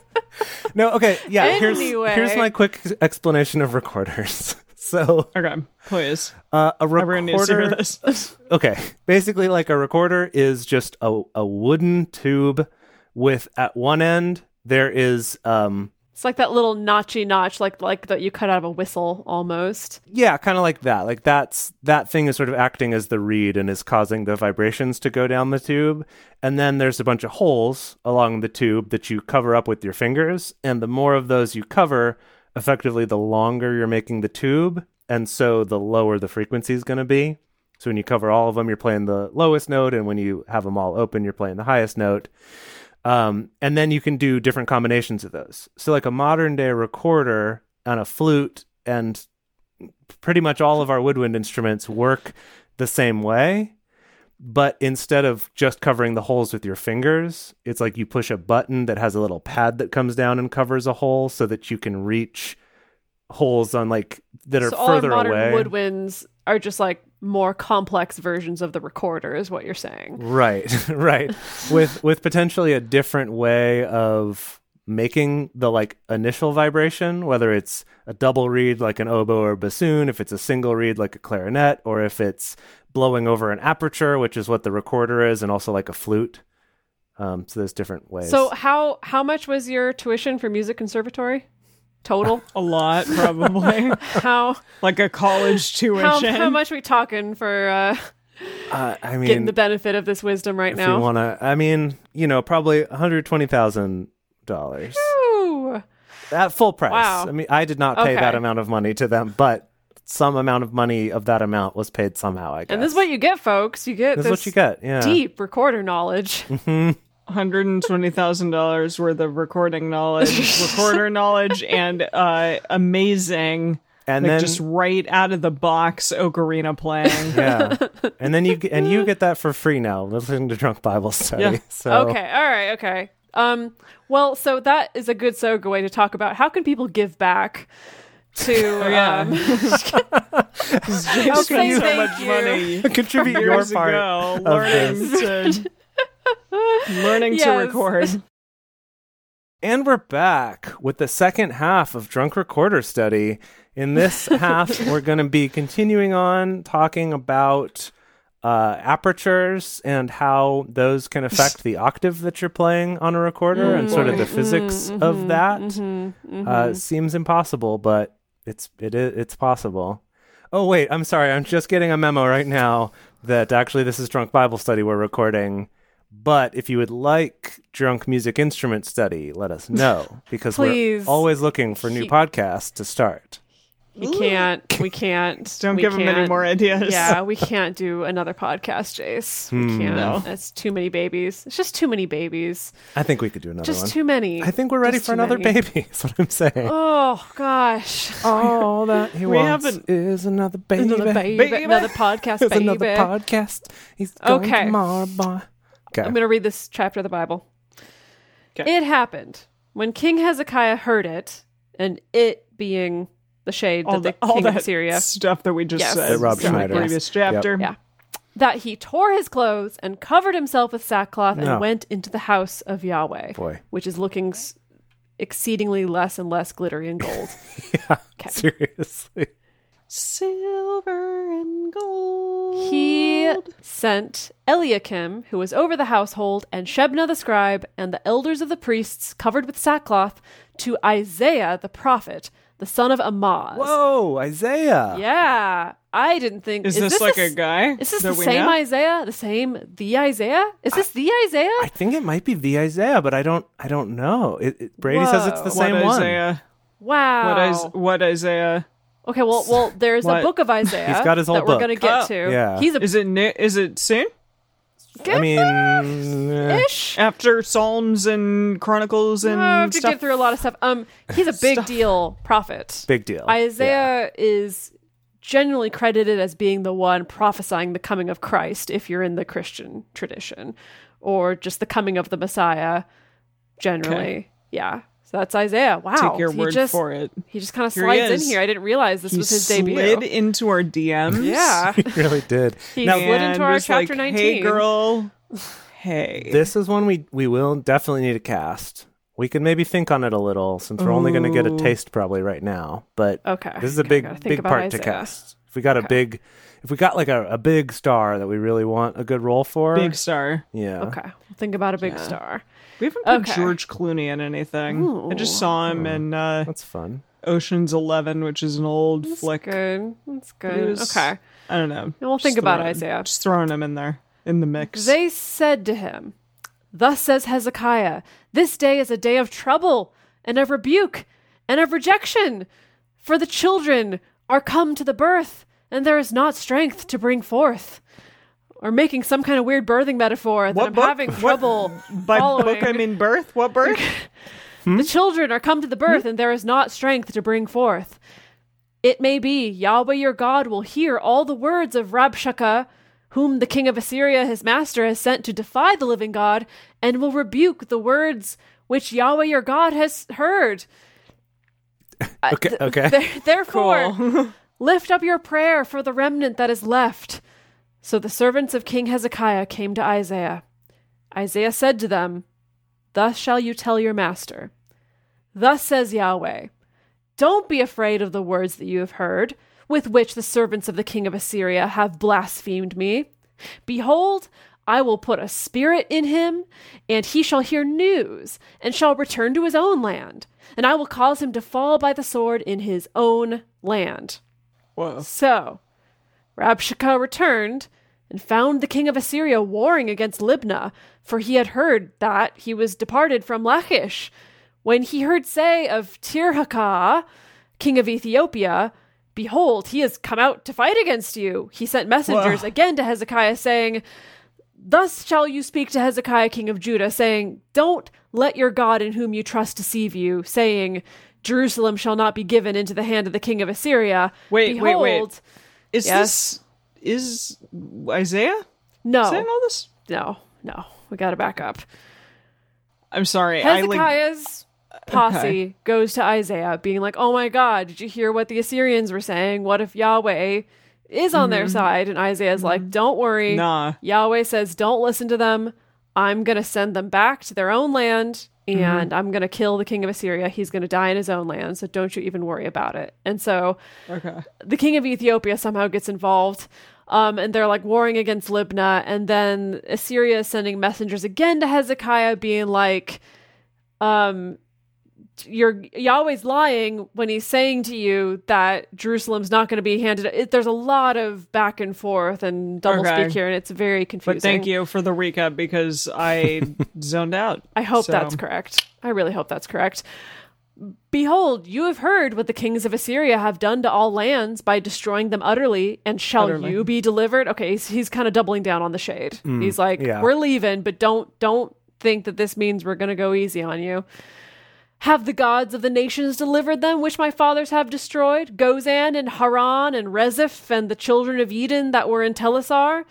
Speaker 3: No, okay, yeah. Here's
Speaker 4: Anyway.
Speaker 3: here's my quick explanation of recorders. [laughs] So,
Speaker 2: Okay, please.
Speaker 3: uh, a
Speaker 2: Everyone needs to hear
Speaker 3: recorder.
Speaker 2: this.
Speaker 3: okay basically like a recorder is just a, a wooden tube with at one end there is um
Speaker 4: It's like that little notchy notch, like like that you cut out of a whistle almost.
Speaker 3: yeah kind of like that like that's that thing is sort of acting as the reed and is causing the vibrations to go down the tube and then there's a bunch of holes along the tube that you cover up with your fingers and the more of those you cover effectively the longer you're making the tube and so the lower the frequency is going to be so when you cover all of them you're playing the lowest note and when you have them all open you're playing the highest note Um, and then you can do different combinations of those. So, like a modern day recorder and a flute, and pretty much all of our woodwind instruments work the same way. But instead of just covering the holes with your fingers, it's like you push a button that has a little pad that comes down and covers a hole so that you can reach holes on like that are
Speaker 4: so all our
Speaker 3: further
Speaker 4: modern
Speaker 3: away.
Speaker 4: woodwinds are just like more complex versions of the recorder, is what you're saying.
Speaker 3: Right, [laughs] right. with with potentially a different way of making the like initial vibration, whether it's a double reed like an oboe or bassoon, if it's a single reed like a clarinet, or if it's blowing over an aperture, which is what the recorder is, and also like a flute. Um, so there's different ways.
Speaker 4: So how how much was your tuition for music conservatory
Speaker 3: [laughs]
Speaker 4: total?
Speaker 2: A lot,
Speaker 4: [laughs]
Speaker 2: probably.
Speaker 4: how,
Speaker 2: like a college tuition.
Speaker 4: how how much we talking for uh,
Speaker 3: uh, I mean,
Speaker 4: getting the benefit of this wisdom right
Speaker 3: if
Speaker 4: now?
Speaker 3: you wanna, I mean, you know, probably one hundred twenty thousand dollars
Speaker 4: Ooh.
Speaker 3: at full price.
Speaker 4: Wow.
Speaker 3: I mean, I did not pay
Speaker 4: Okay.
Speaker 3: that amount of money to them, but some amount of money of that amount was paid somehow. I guess.
Speaker 4: And this is what you get, folks. You get
Speaker 3: This
Speaker 4: this,
Speaker 3: is what you get. Yeah.
Speaker 4: deep
Speaker 3: [laughs]
Speaker 4: recorder knowledge.
Speaker 2: $120,000 worth of recording knowledge, recorder knowledge, and uh, amazing,
Speaker 3: and
Speaker 2: like
Speaker 3: then
Speaker 2: just right out of the box ocarina playing. [laughs]
Speaker 3: [laughs]
Speaker 4: [laughs]
Speaker 3: yeah, and then you g- and you get that for free now. Listening to drunk Bible study.
Speaker 2: Yeah.
Speaker 3: So [laughs]
Speaker 4: Okay, [laughs] all right, okay. Um, well, so that is a good segue to talk about how can people give back
Speaker 3: [laughs]
Speaker 4: to
Speaker 3: Oh,
Speaker 2: yeah.
Speaker 4: um,
Speaker 2: You
Speaker 4: say
Speaker 2: spent so
Speaker 4: thank
Speaker 2: much
Speaker 4: you.
Speaker 2: money
Speaker 3: contribute your
Speaker 2: years
Speaker 3: part
Speaker 2: ago
Speaker 3: of
Speaker 2: learning
Speaker 3: this.
Speaker 2: to learning to
Speaker 4: Yes.
Speaker 2: record.
Speaker 3: And we're back with the second half of Drunk Recorder Study. In this half, we're going to be continuing on talking about uh, apertures and how those can affect the octave that you're playing on a recorder and sort of the physics of that. Uh, seems impossible, but it's it is it's possible. Oh wait, I'm sorry. I'm just getting a memo right now that actually this is Drunk Bible Study we're recording. But if you would like Drunk Music Instrument Study, let us [laughs] know because we're
Speaker 4: Please.
Speaker 3: always looking for new podcasts to start.
Speaker 4: we can't, we can't.
Speaker 2: Don't
Speaker 4: we
Speaker 2: give him any
Speaker 4: can't-
Speaker 2: more
Speaker 3: [laughs]
Speaker 2: ideas.
Speaker 4: Yeah, we can't do another podcast, Jace. We
Speaker 3: Hmm,
Speaker 4: can't. That's too many babies. It's just too many babies.
Speaker 3: I think we could do another
Speaker 4: Just
Speaker 3: one.
Speaker 4: too many.
Speaker 3: I think we're ready
Speaker 4: Just
Speaker 3: for
Speaker 4: too
Speaker 3: another
Speaker 4: many.
Speaker 3: baby. [laughs] Oh. Is what I'm saying.
Speaker 4: Oh gosh,
Speaker 3: All that [laughs] he
Speaker 2: We
Speaker 3: wants
Speaker 2: haven't-
Speaker 3: is another baby.
Speaker 4: another baby,
Speaker 2: Baby.
Speaker 4: another podcast,
Speaker 3: [laughs] Is
Speaker 4: baby.
Speaker 3: another podcast. He's going
Speaker 4: Okay.
Speaker 3: tomorrow, boy. Okay.
Speaker 4: I'm going to read this chapter of the Bible.
Speaker 2: 'Kay.
Speaker 4: It happened when King Hezekiah heard it, and it being the shade
Speaker 2: [laughs] all,
Speaker 4: that
Speaker 2: the,
Speaker 4: the,
Speaker 2: all
Speaker 4: king
Speaker 2: that
Speaker 4: of Syria,
Speaker 2: stuff that we just
Speaker 4: Yes.
Speaker 2: said
Speaker 4: That Rob
Speaker 2: in
Speaker 4: Schneider.
Speaker 2: the previous chapter.
Speaker 4: Yeah. that he tore his clothes and covered himself with sackcloth
Speaker 3: No.
Speaker 4: and went into the house of Yahweh,
Speaker 3: Boy.
Speaker 4: which is looking s- exceedingly less and less glittery
Speaker 3: [laughs]
Speaker 4: and gold.
Speaker 3: Seriously.
Speaker 2: Silver and gold.
Speaker 4: He sent Eliakim, who was over the household, and Shebna the scribe, and the elders of the priests, covered with sackcloth, to Isaiah the prophet, the son of Amoz.
Speaker 3: Whoa, Isaiah.
Speaker 4: Yeah, I didn't think.
Speaker 2: Is, this, like
Speaker 4: the
Speaker 2: a
Speaker 4: s-
Speaker 2: guy?
Speaker 4: Is this
Speaker 2: that
Speaker 4: the
Speaker 2: we
Speaker 4: same
Speaker 2: know?
Speaker 4: Isaiah? The same the Isaiah? Is this the Isaiah?
Speaker 3: I think it might be the Isaiah, but I don't I don't know. It, it- Brady says it's the
Speaker 4: Whoa.
Speaker 2: What
Speaker 3: same one.
Speaker 2: Isaiah?
Speaker 4: wow.
Speaker 2: What, Is- what Isaiah?
Speaker 4: okay, well, well, there's
Speaker 2: What?
Speaker 4: a book of Isaiah.
Speaker 3: He's got his whole
Speaker 4: that
Speaker 3: book.
Speaker 4: we're gonna get
Speaker 2: Oh.
Speaker 4: to.
Speaker 3: Yeah.
Speaker 4: he's a
Speaker 2: Is it new? Is it soon?
Speaker 3: I mean, eh,
Speaker 4: ish.
Speaker 2: After Psalms and Chronicles and
Speaker 4: Oh, I have to
Speaker 2: stuff?
Speaker 4: get through a lot of stuff. Um, he's a big deal prophet.
Speaker 3: big deal.
Speaker 4: Isaiah is generally credited as being the one prophesying the coming of Christ, if you're in the Christian tradition, or just the coming of the Messiah generally.
Speaker 2: Okay.
Speaker 4: Yeah. So that's Isaiah. Wow.
Speaker 2: Take your
Speaker 4: he
Speaker 2: word
Speaker 4: just,
Speaker 2: for it.
Speaker 4: He just kind of
Speaker 2: Here he
Speaker 4: slides in
Speaker 2: is.
Speaker 4: here. I didn't realize this
Speaker 2: He
Speaker 4: was his
Speaker 2: slid
Speaker 4: debut.
Speaker 2: into our DMs.
Speaker 3: Yeah.
Speaker 4: Yeah.
Speaker 3: [laughs] He really did.
Speaker 4: [laughs] He
Speaker 3: now,
Speaker 4: slid into
Speaker 2: And
Speaker 4: our
Speaker 2: was
Speaker 4: chapter
Speaker 2: like,
Speaker 4: 19.
Speaker 2: Hey,
Speaker 4: [laughs]
Speaker 2: girl. Hey.
Speaker 3: this is one we we will definitely need to cast. We can maybe think on it a little since we're only going to get a taste probably right now. But
Speaker 4: Okay.
Speaker 3: this is a
Speaker 4: Okay, I
Speaker 3: big
Speaker 4: gotta think
Speaker 3: big
Speaker 4: about
Speaker 3: part to
Speaker 4: Isaiah.
Speaker 3: cast. If we got a big, if we got like a, a big star that we really want a good role for,
Speaker 2: Big star.
Speaker 3: yeah.
Speaker 4: Okay. We'll think about a big star.
Speaker 2: We haven't put
Speaker 4: Okay.
Speaker 2: George Clooney in anything. I just saw him in uh,
Speaker 3: That's fun.
Speaker 2: Ocean's Eleven, which is an old flick.
Speaker 4: Good. That's
Speaker 2: It
Speaker 4: good.
Speaker 2: was-
Speaker 4: Okay.
Speaker 2: I don't know.
Speaker 4: We'll
Speaker 2: Just
Speaker 4: think about
Speaker 2: throwing-
Speaker 4: Isaiah.
Speaker 2: Just throwing him in there in the mix.
Speaker 4: They said to him, Thus says Hezekiah, this day is a day of trouble and of rebuke and of rejection. For the children are come to the birth, and there is not strength to bring forth. Or making some kind of weird birthing metaphor that
Speaker 2: What
Speaker 4: I'm
Speaker 2: book?
Speaker 4: having
Speaker 2: What-
Speaker 4: trouble
Speaker 2: By
Speaker 4: following.
Speaker 2: book, I mean birth. What birth?
Speaker 4: [laughs] The children are come to the
Speaker 3: Hmm?
Speaker 4: birth, and there is not strength to bring forth. It may be Yahweh your God will hear all the words of Rabshakeh, whom the king of Assyria his master has sent to defy the living God, and will rebuke the words which Yahweh your God has heard.
Speaker 3: [laughs] Okay. Okay.
Speaker 4: [laughs] There- Therefore, Lift up your prayer for the remnant that is left. So the servants of King Hezekiah came to Isaiah. Isaiah said to them, Thus shall you tell your master. Thus says Yahweh, Don't be afraid of the words that you have heard, with which the servants of the king of Assyria have blasphemed me. Behold, I will put a spirit in him, and he shall hear news, and shall return to his own land, and I will cause him to fall by the sword in his own land.
Speaker 2: Whoa.
Speaker 4: So Rabshakeh returned and found the king of Assyria warring against Libnah, for he had heard that he was departed from Lachish. When he heard say of Tirhakah, king of Ethiopia, Behold, he has come out to fight against you. He sent messengers again to Hezekiah, saying, Thus shall you speak to Hezekiah king of Judah, saying, Don't let your God in whom you trust deceive you, saying, Jerusalem shall not be given into the hand of the king of Assyria.
Speaker 2: Wait, wait,
Speaker 4: Behold,
Speaker 2: wait. Is
Speaker 4: Yes.
Speaker 2: this is Isaiah
Speaker 4: No,
Speaker 2: saying all this?
Speaker 4: no, no. We got to back up.
Speaker 2: I'm sorry. I like
Speaker 4: Hezekiah's posse goes to Isaiah, being like, "Oh my God, did you hear what the Assyrians were saying? What if Yahweh is on
Speaker 2: Mm-hmm.
Speaker 4: their side?" And Isaiah's like, "Don't worry,
Speaker 2: Nah.
Speaker 4: Yahweh says, don't listen to them. I'm gonna send them back to their own land."
Speaker 2: Mm-hmm.
Speaker 4: And I'm going to kill the king of Assyria. He's going to die in his own land. So don't you even worry about it. And so
Speaker 2: okay.
Speaker 4: the king of Ethiopia somehow gets involved. Um, and they're like warring against Libna. And then Assyria is sending messengers again to Hezekiah, being like, um, you're Yahweh's lying when he's saying to you that Jerusalem's not going to be handed. It, there's a lot of back and forth and double
Speaker 2: Okay.
Speaker 4: speak here, and it's very confusing.
Speaker 2: But thank you for the recap because
Speaker 4: [laughs]
Speaker 2: I zoned out.
Speaker 4: I hope
Speaker 2: So-
Speaker 4: that's correct. I really hope that's correct. Behold, you have heard what the kings of Assyria have done to all lands by destroying them utterly, and shall
Speaker 2: Utterly.
Speaker 4: you be delivered? Okay, he's, he's kind of doubling down on the shade. he's like,
Speaker 3: yeah.
Speaker 4: we're leaving, but don't don't think that this means we're going to go easy on you. Have the gods of the nations delivered them, which my fathers have destroyed? Gozan and Haran and Reziph and the children of Eden that were in Telesar?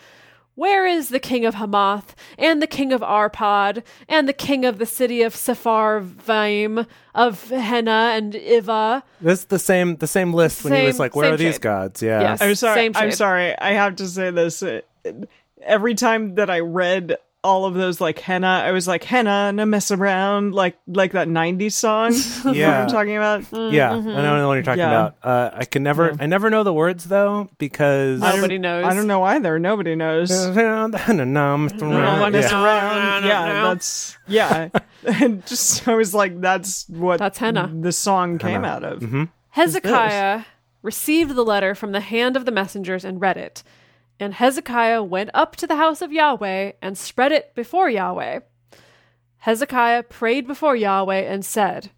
Speaker 4: Where is the king of Hamath and the king of Arpad and the king of the city of Sepharvaim of Henna and Iva?
Speaker 3: This the same the same list when he was
Speaker 4: Same-
Speaker 3: like, "Where
Speaker 4: same
Speaker 3: are these
Speaker 4: shape.
Speaker 3: gods?" Yeah.
Speaker 4: Yes.
Speaker 2: I'm sorry.
Speaker 4: Same
Speaker 2: I'm
Speaker 4: shade.
Speaker 2: sorry. I have to say this. It- it- Every time that I read all of those, like henna, I was like henna, and I mess around, like like that '90s [laughs] song. You know what
Speaker 3: Yeah.
Speaker 2: I'm talking about.
Speaker 3: Yeah, I know the one you're talking
Speaker 2: Yeah.
Speaker 3: about. Uh, I can never, I never know the words though because [laughs]
Speaker 2: I don't-
Speaker 4: Nobody knows.
Speaker 2: I don't know either. Nobody knows. I
Speaker 3: yeah.
Speaker 2: mess around. yeah, that's yeah. [laughs] and just I was like, that's what
Speaker 4: That's henna.
Speaker 2: The song came out of.
Speaker 3: Mm-hmm.
Speaker 4: Hezekiah received the letter from the hand of the messengers and read it. And Hezekiah went up to the house of Yahweh and spread it before Yahweh. Hezekiah prayed before Yahweh and said,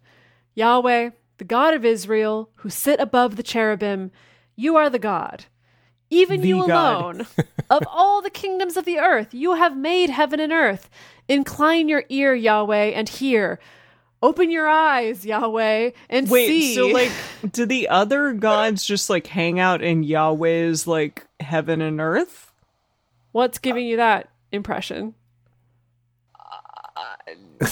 Speaker 4: Yahweh, the God of Israel, who sit above the cherubim, you are the God. Even
Speaker 2: The
Speaker 4: you
Speaker 2: God. [laughs]
Speaker 4: alone, of all the kingdoms of the earth, you have made heaven and earth. Incline your ear, Yahweh, and hear. Open your eyes, Yahweh, and
Speaker 2: Wait,
Speaker 4: see.
Speaker 2: so [laughs] like, do the other gods just like hang out in Yahweh's like heaven and earth?
Speaker 4: What's giving you that impression?
Speaker 2: [laughs]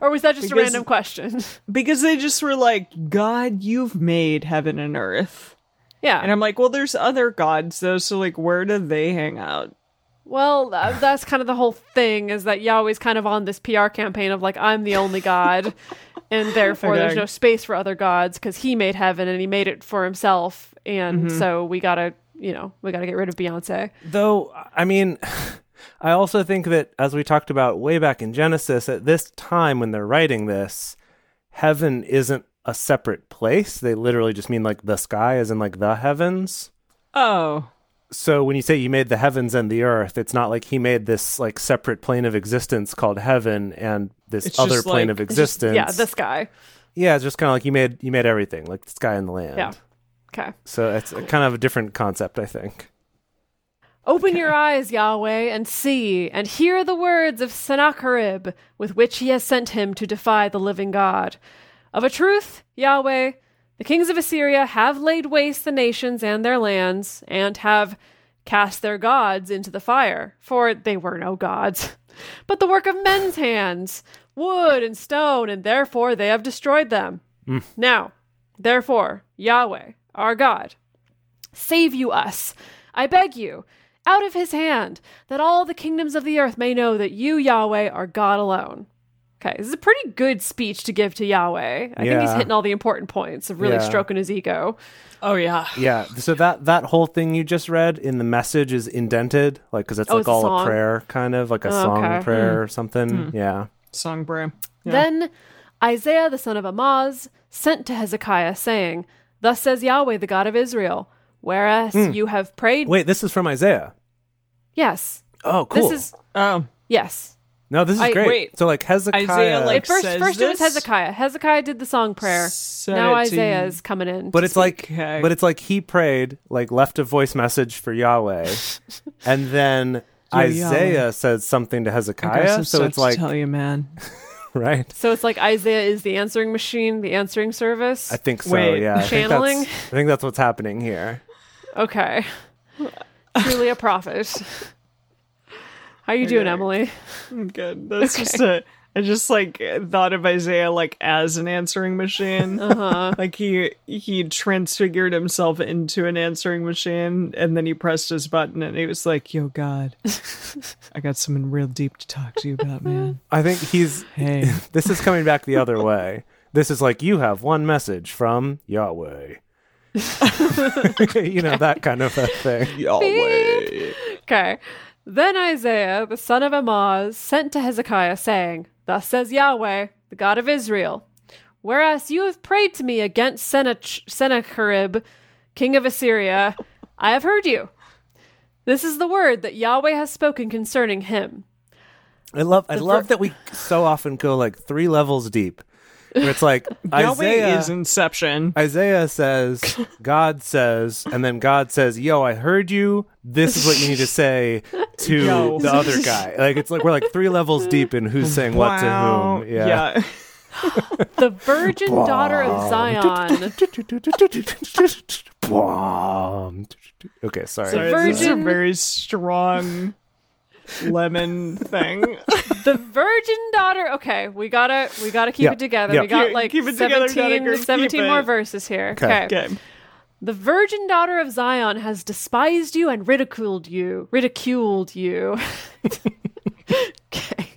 Speaker 4: or was that just a
Speaker 2: Uh, Because-
Speaker 4: random question? [laughs]
Speaker 2: Because they just were like, God, you've made heaven and earth,
Speaker 4: Yeah.
Speaker 2: and I'm like, well, there's other gods though, so like, where do they hang out?
Speaker 4: well, uh, that's kind of the whole thing is that Yahweh's kind of on this PR campaign of like, I'm the only God.
Speaker 2: [laughs]
Speaker 4: And therefore, there's
Speaker 2: Okay.
Speaker 4: no space for other gods because he made heaven and he made it for himself. And
Speaker 2: Mm-hmm.
Speaker 4: so we got to, you know, we got to get rid of Beyonce.
Speaker 3: [laughs] Though, I mean, [sighs] I also think that as we talked about way back in Genesis, at this time when they're writing this, heaven isn't a separate place. They literally just mean like the sky, as in like the heavens.
Speaker 2: Oh,
Speaker 3: So when you say you made the heavens and the earth, it's not like he made this like separate plane of existence called heaven and this
Speaker 2: It's
Speaker 3: other
Speaker 2: just
Speaker 3: plane
Speaker 2: like-
Speaker 3: of
Speaker 2: it's
Speaker 3: existence.
Speaker 4: Yeah, this guy.
Speaker 3: Yeah, it's just kind of like you made you made everything, like the sky and the land.
Speaker 4: Yeah. Okay.
Speaker 3: So it's kind of a different concept, I think.
Speaker 4: Open your eyes, Yahweh, and see, and hear the words of Sennacherib, with which he has sent him to defy the living God. Of a truth, Yahweh, the kings of Assyria have laid waste the nations and their lands, and have cast their gods into the fire, for they were no gods, but the work of men's hands, wood and
Speaker 3: Mm.
Speaker 4: stone, and therefore they have destroyed them. Now, therefore, Yahweh, our God. Save you us, I beg you, out of his hand, that all the kingdoms of the earth may know that you, Yahweh, are God alone. Okay, this is a pretty good speech to give to Yahweh. I think he's
Speaker 3: Yeah.
Speaker 4: hitting all the important points of really
Speaker 3: Yeah.
Speaker 4: stroking his ego.
Speaker 2: Oh yeah.
Speaker 3: Yeah. So that that whole thing you just read in the message is indented, like because it's
Speaker 4: Oh,
Speaker 3: like
Speaker 4: it's a
Speaker 3: all a
Speaker 4: song.
Speaker 3: prayer, kind of like a song
Speaker 4: okay.
Speaker 3: prayer or something. Yeah.
Speaker 2: Song bro.
Speaker 4: Then Isaiah the son of Amoz sent to Hezekiah, saying, Thus says Yahweh, the God of Israel, whereas
Speaker 2: Hmm.
Speaker 4: you have prayed.
Speaker 3: Wait, this is from Isaiah.
Speaker 4: Yes.
Speaker 3: Oh, cool.
Speaker 4: This is,
Speaker 2: Oh.
Speaker 4: yes.
Speaker 3: no, this is
Speaker 4: I-
Speaker 3: great.
Speaker 2: wait.
Speaker 3: So like Hezekiah,
Speaker 2: like-
Speaker 4: First,
Speaker 2: Says
Speaker 4: first it was
Speaker 2: this?
Speaker 4: Hezekiah. Hezekiah did the song prayer.
Speaker 2: Said
Speaker 4: Now
Speaker 2: it to-
Speaker 4: Isaiah is coming in.
Speaker 3: but it's like,
Speaker 2: Okay.
Speaker 3: but it's like he prayed, like left a voice message for Yahweh, and then Isaiah says something to
Speaker 2: I got
Speaker 3: Hezekiah.
Speaker 2: some
Speaker 3: So
Speaker 2: stuff
Speaker 3: it's like
Speaker 2: to tell you, man.
Speaker 3: [laughs] right.
Speaker 4: so it's like Isaiah is the answering machine, the answering service.
Speaker 3: I think so.
Speaker 2: Wait,
Speaker 3: yeah. I think that's-
Speaker 4: channeling?
Speaker 3: I think that's what's happening here.
Speaker 2: [laughs]
Speaker 4: okay. Truly a prophet. How you doing,
Speaker 2: Okay.
Speaker 4: Emily?
Speaker 2: Good. That's just a. I just like thought of Isaiah like as an answering machine. Uh-huh. [laughs] like he he transfigured himself into an answering machine, and then he pressed his button, and he was like, "Yo, God, I got something real deep to talk to you about, man.
Speaker 3: I think he's
Speaker 2: Hey,
Speaker 3: [laughs] this is coming back the other way. This is like you have one message from Yahweh. [laughs] you know that kind of a thing.
Speaker 2: Yahweh."
Speaker 4: [laughs] Okay. Then Isaiah, the son of Amoz, sent to Hezekiah, saying, Thus says Yahweh, the God of Israel, whereas you have prayed to me against Senach- Sennacherib, king of Assyria, I have heard you. This is the word that Yahweh has spoken concerning him.
Speaker 3: I love. I love that we so often go like three levels deep. Where it's like
Speaker 2: [laughs] Yahweh
Speaker 3: Isaiah.
Speaker 2: is Inception.
Speaker 3: Isaiah says,
Speaker 2: [laughs]
Speaker 3: God says, and then God says, "Yo, I heard you. This is what you
Speaker 2: [laughs]
Speaker 3: need to say to
Speaker 2: Yo.
Speaker 3: the other guy." Like it's like we're like three levels deep in who's saying what
Speaker 2: Wow.
Speaker 3: to whom. Yeah.
Speaker 2: yeah.
Speaker 4: The virgin daughter
Speaker 3: [laughs]
Speaker 4: of Zion.
Speaker 3: okay, sorry.
Speaker 2: Sorry, this is a
Speaker 4: virgin-
Speaker 2: very strong lemon thing.
Speaker 4: The virgin daughter. Okay, we gotta we gotta keep
Speaker 3: Yeah,
Speaker 4: it together.
Speaker 3: yeah.
Speaker 4: We got
Speaker 2: Keep-
Speaker 4: like
Speaker 2: keep it together,
Speaker 4: 17,
Speaker 2: Dedeker, keep
Speaker 4: 17 more
Speaker 2: it.
Speaker 4: verses here.
Speaker 3: Okay.
Speaker 4: okay.
Speaker 2: okay.
Speaker 4: The virgin daughter of Zion has despised you and ridiculed you. Ridiculed you. [laughs] okay.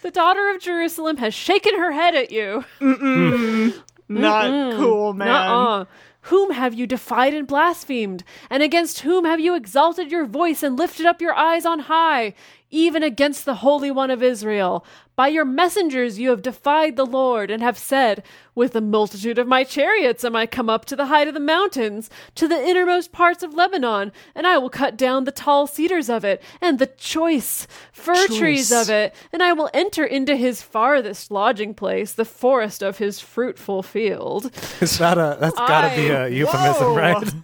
Speaker 4: The daughter of Jerusalem has shaken her head at you.
Speaker 2: Not cool, man.
Speaker 4: Nuh-uh. Whom have you defied and blasphemed? And against whom have you exalted your voice and lifted up your eyes on high? Even against the Holy One of Israel. By your messengers you have defied the Lord and have said, With the multitude of my chariots am I come up to the height of the mountains, to the innermost parts of Lebanon, and I will cut down the tall cedars of it, and the choice fir trees
Speaker 2: Choice.
Speaker 4: of it, and I will enter into his farthest lodging place, the forest of his fruitful field.
Speaker 3: It's not a. That's gotta be a euphemism,
Speaker 2: Whoa.
Speaker 3: right?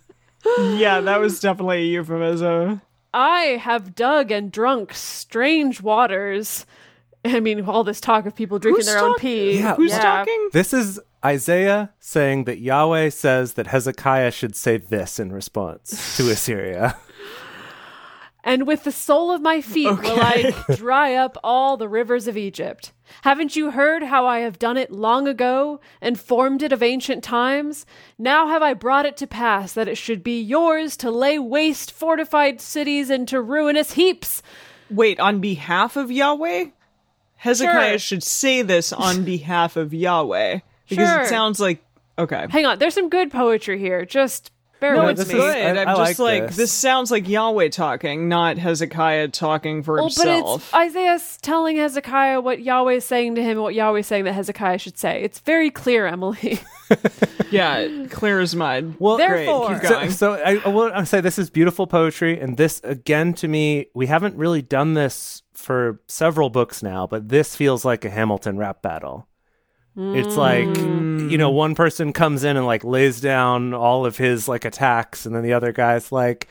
Speaker 3: [laughs]
Speaker 2: Yeah, that was definitely a euphemism.
Speaker 4: I have dug and drunk strange waters. I mean, all this talk of people drinking
Speaker 2: Who's
Speaker 4: their own
Speaker 2: talk-
Speaker 4: pee.
Speaker 3: Yeah.
Speaker 2: Who's talking?
Speaker 3: This is Isaiah saying that Yahweh says that Hezekiah should say this in response to Assyria.
Speaker 4: And with the sole of my feet will I
Speaker 2: [laughs]
Speaker 4: dry up all the rivers of Egypt. Haven't you heard how I have done it long ago and formed it of ancient times? Now have I brought it to pass that it should be yours to lay waste fortified cities into ruinous heaps.
Speaker 2: Wait, on behalf of Yahweh? Hezekiah
Speaker 4: Sure.
Speaker 2: should say this
Speaker 4: [laughs]
Speaker 2: on behalf of Yahweh. Because
Speaker 4: Sure.
Speaker 2: it sounds like okay.
Speaker 4: Hang on, there's some good poetry here. Just bear
Speaker 2: No,
Speaker 4: with
Speaker 2: it's
Speaker 4: me.
Speaker 3: is-
Speaker 2: good.
Speaker 3: I-
Speaker 2: I'm
Speaker 3: I
Speaker 2: just
Speaker 3: like
Speaker 2: like this.
Speaker 3: this.
Speaker 2: sounds like Yahweh talking, not Hezekiah talking for
Speaker 4: Well, Oh, but
Speaker 2: himself.
Speaker 4: it's Isaiah's telling Hezekiah what Yahweh is saying to him and what Yahweh is saying that Hezekiah should say. It's very clear, Emily. [laughs]
Speaker 2: yeah, clear as mud.
Speaker 3: Well,
Speaker 2: Great,
Speaker 4: Therefore-
Speaker 2: keep
Speaker 3: [laughs]
Speaker 4: So-
Speaker 2: going.
Speaker 3: So I, I will I'll say this is beautiful poetry, and this again to me, we haven't really done this for several books now, but this feels like a Hamilton rap battle. It's like you know, one person comes in and like lays down all of his like attacks, and then the other guy's like,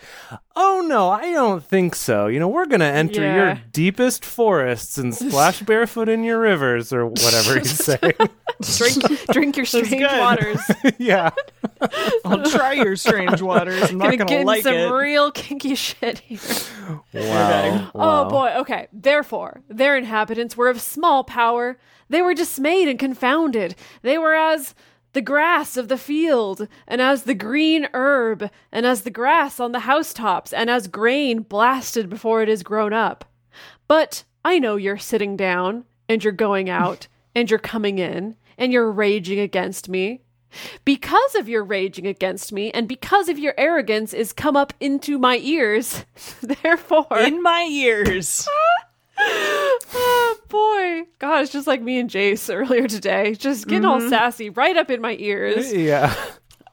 Speaker 3: "Oh no, I don't think so." You know, we're gonna enter
Speaker 4: Yeah.
Speaker 3: your deepest forests and
Speaker 4: [laughs]
Speaker 3: splash barefoot in your rivers, or whatever he's saying.
Speaker 4: drink, drink your strange
Speaker 2: good.
Speaker 4: waters.
Speaker 3: [laughs] yeah,
Speaker 2: [laughs] I'll try your strange waters. I'm not
Speaker 4: Gonna
Speaker 2: gonna,
Speaker 4: get in
Speaker 2: like
Speaker 4: some
Speaker 2: it.
Speaker 4: real kinky [laughs] shit here.
Speaker 3: wow.
Speaker 4: Oh boy, okay. Therefore, their inhabitants were of small power. They were dismayed and confounded. They were as the grass of the field, and as the green herb, and as the grass on the housetops, and as grain blasted before it is grown up. But I know you're sitting down, and you're going out, and you're coming in, and you're raging against me. Because of your raging against me, and because of your arrogance, is come up into my ears. [laughs] Therefore,
Speaker 2: in my ears.
Speaker 4: oh boy, God, it's just like me and Jace earlier today, just getting all sassy right up in my ears.
Speaker 3: Yeah.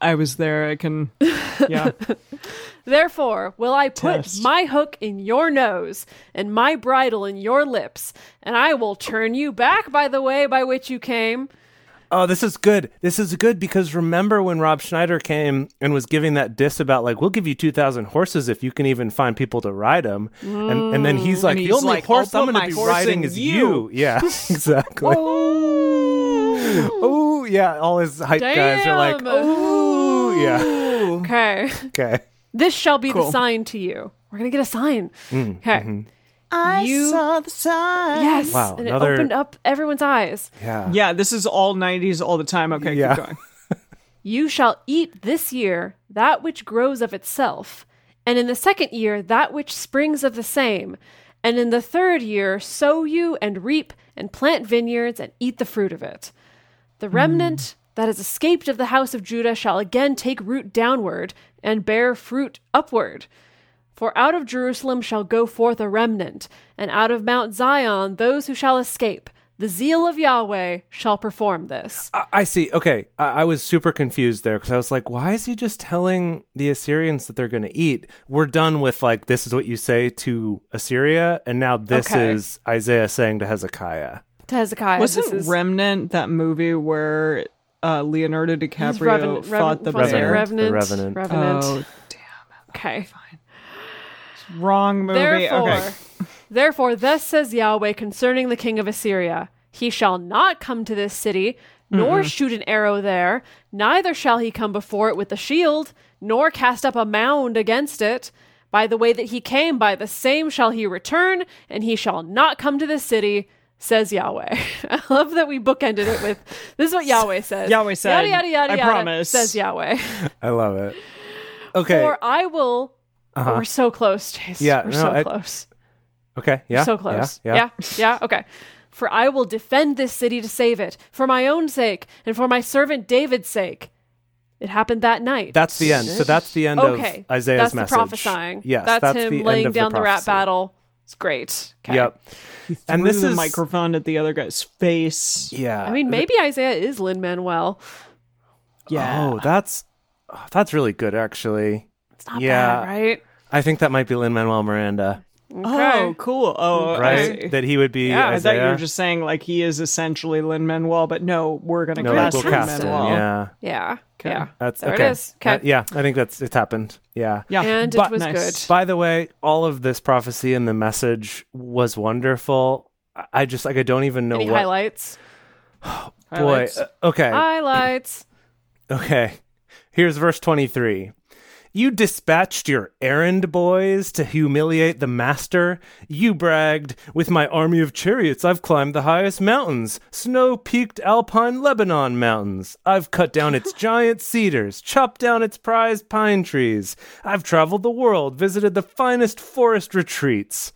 Speaker 2: I was there. I can.
Speaker 4: [laughs]
Speaker 2: Yeah.
Speaker 4: Therefore, will I put
Speaker 2: Test.
Speaker 4: my hook in your nose and my bridle in your lips, and I will turn you back by the way by which you came.
Speaker 3: Oh, this is good. This is good because remember when Rob Schneider came and was giving that diss about like we'll give you two thousand horses if you can even find people to ride them, and and then he's like
Speaker 2: Mm. And
Speaker 3: the
Speaker 2: he's
Speaker 3: only
Speaker 2: like,
Speaker 3: horse
Speaker 2: "I'll
Speaker 3: I'm
Speaker 2: put
Speaker 3: going
Speaker 2: my
Speaker 3: to be
Speaker 2: horse
Speaker 3: riding
Speaker 2: in
Speaker 3: is
Speaker 2: you."
Speaker 3: you.
Speaker 2: [laughs]
Speaker 3: Yeah, [laughs] exactly. oh yeah, all his hype guys are like,
Speaker 4: Damn.
Speaker 3: oh yeah, [laughs]
Speaker 4: Okay. [laughs]
Speaker 3: okay.
Speaker 4: This shall be the
Speaker 2: Cool.
Speaker 4: sign to you. We're gonna get a sign. Okay.
Speaker 2: I
Speaker 4: You-
Speaker 2: saw the sign.
Speaker 4: Yes.
Speaker 3: Wow,
Speaker 4: and
Speaker 3: another-
Speaker 4: it opened up everyone's eyes.
Speaker 3: Yeah.
Speaker 2: Yeah, this is all 90s all the time. Okay,
Speaker 3: Yeah.
Speaker 2: keep going.
Speaker 4: You shall eat this year that which grows of itself, and in the second year that which springs of the same, and in the third year sow you and reap and plant vineyards and eat the fruit of it. The remnant that has escaped of the house of Judah shall again take root downward and bear fruit upward. For out of Jerusalem shall go forth a remnant, and out of Mount Zion those who shall escape. The zeal of Yahweh shall perform this.
Speaker 3: I- I see. Okay, I, I was super confused there because I was like, "Why is he just telling the Assyrians that they're going to eat? We're done with like this is what you say to Assyria, and now this
Speaker 4: Okay.
Speaker 3: is Isaiah saying to Hezekiah."
Speaker 4: To Hezekiah, this
Speaker 2: Wasn't
Speaker 4: is-
Speaker 2: Remnant that movie where uh, Leonardo DiCaprio
Speaker 4: Revenant-
Speaker 2: fought the
Speaker 4: Revenant-
Speaker 2: bear?
Speaker 3: Revenant.
Speaker 4: Revenant.
Speaker 3: The Revenant.
Speaker 2: Oh,
Speaker 4: Okay.
Speaker 2: wrong movie.
Speaker 4: Therefore,
Speaker 2: okay.
Speaker 4: therefore, thus says Yahweh concerning the king of Assyria: He shall not come to this city, nor shoot an arrow there. Neither shall he come before it with a shield, nor cast up a mound against it. By the way that he came, by the same shall he return, and he shall not come to this city. Says Yahweh. [laughs] I love that we bookended it with this
Speaker 2: [laughs]
Speaker 4: is what Yahweh says.
Speaker 2: Yahweh said,
Speaker 4: Yada yada yada
Speaker 2: "I
Speaker 4: yada.
Speaker 2: promise."
Speaker 4: Says Yahweh. [laughs]
Speaker 3: I love it. Okay. Uh-huh.
Speaker 4: Or I will. Oh, we're so close, Chase.
Speaker 3: Yeah,
Speaker 4: we're
Speaker 3: no,
Speaker 4: so
Speaker 3: I-
Speaker 4: close.
Speaker 3: okay. Yeah.
Speaker 4: so close.
Speaker 3: Yeah. Yeah.
Speaker 4: yeah. Okay. For I will defend this city to save it, for my own sake and for my servant David's sake. It happened that night.
Speaker 3: That's the end. So that's the end
Speaker 4: okay.
Speaker 3: of Isaiah's
Speaker 4: that's
Speaker 3: message.
Speaker 4: the prophesying.
Speaker 3: Yes,
Speaker 4: that's,
Speaker 3: that's
Speaker 4: him
Speaker 3: the
Speaker 4: laying
Speaker 3: end of
Speaker 4: down the, rat
Speaker 3: prophecy.
Speaker 4: battle. It's great. 'Kay.
Speaker 3: Yep. And
Speaker 2: Threw
Speaker 3: this
Speaker 2: the
Speaker 3: is
Speaker 2: microphone at the other guy's face.
Speaker 3: Yeah.
Speaker 4: I mean, maybe Isaiah is Lin Manuel.
Speaker 2: Yeah.
Speaker 3: Oh, that's oh, that's really good actually.
Speaker 4: It's not
Speaker 3: Yeah.
Speaker 4: bad, right?
Speaker 3: I think that might be Lin Manuel Miranda,
Speaker 4: Okay.
Speaker 2: Oh, cool. Oh,
Speaker 3: right?
Speaker 2: I see.
Speaker 3: That he would be.
Speaker 2: yeah, I thought you
Speaker 3: Isaiah.
Speaker 2: were just saying like he is essentially Lin Manuel, but no, we're gonna
Speaker 3: no,
Speaker 2: cast
Speaker 3: we'll
Speaker 2: Lin
Speaker 3: cast him.
Speaker 2: Manuel.
Speaker 3: Yeah.
Speaker 4: Yeah. Yeah.
Speaker 3: That's
Speaker 4: there
Speaker 3: okay.
Speaker 4: it is. Okay.
Speaker 3: Uh, yeah, I think that's it's happened. Yeah.
Speaker 2: Yeah,
Speaker 4: And
Speaker 2: but
Speaker 4: it was
Speaker 2: nice.
Speaker 4: good.
Speaker 3: By the way, all of this prophecy and the message was wonderful. I- I just like I don't even know
Speaker 4: Any
Speaker 3: what
Speaker 4: highlights?
Speaker 3: boy.
Speaker 2: Highlights? Ah,
Speaker 3: uh, okay. [laughs]
Speaker 4: Highlights.
Speaker 3: Okay. Here's verse 23. You dispatched your errand boys to humiliate the master. You bragged, With my army of chariots, I've climbed the highest mountains, snow peaked alpine Lebanon mountains. I've cut down its giant cedars, chopped down its prized pine trees. I've traveled the world, visited the finest forest retreats.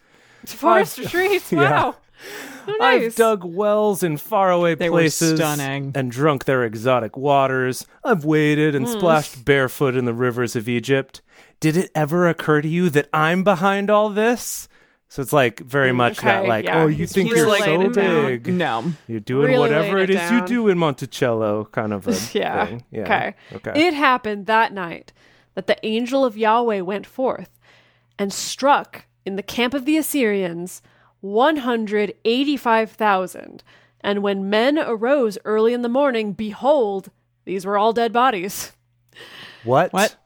Speaker 3: [laughs]
Speaker 4: Forest retreats. Wow. Oh,
Speaker 3: I've
Speaker 4: nice.
Speaker 3: dug wells in faraway
Speaker 2: They were
Speaker 3: places
Speaker 2: stunning.
Speaker 3: and drunk their exotic waters. I've waded
Speaker 4: Hmm.
Speaker 3: and splashed barefoot in the rivers of Egypt. Did it ever occur to you that I'm behind all this? So it's like very much that
Speaker 4: okay,
Speaker 3: like,
Speaker 4: yeah.
Speaker 3: oh, you
Speaker 4: He's
Speaker 3: think you're
Speaker 4: really
Speaker 3: so
Speaker 4: laid it down.
Speaker 3: big.
Speaker 2: No.
Speaker 3: You're doing
Speaker 4: Really
Speaker 3: whatever
Speaker 4: laid
Speaker 3: it
Speaker 4: it
Speaker 3: is you
Speaker 4: down.
Speaker 3: do in Monticello, kind
Speaker 4: [laughs]
Speaker 3: of a
Speaker 4: yeah.
Speaker 3: thing. Yeah.
Speaker 4: Okay.
Speaker 3: Okay.
Speaker 4: It happened that night that the angel of Yahweh went forth and struck in the camp of the Assyrians 185,000. And when men arose early in the morning, behold, these were all dead bodies. [laughs]
Speaker 3: what?
Speaker 2: What?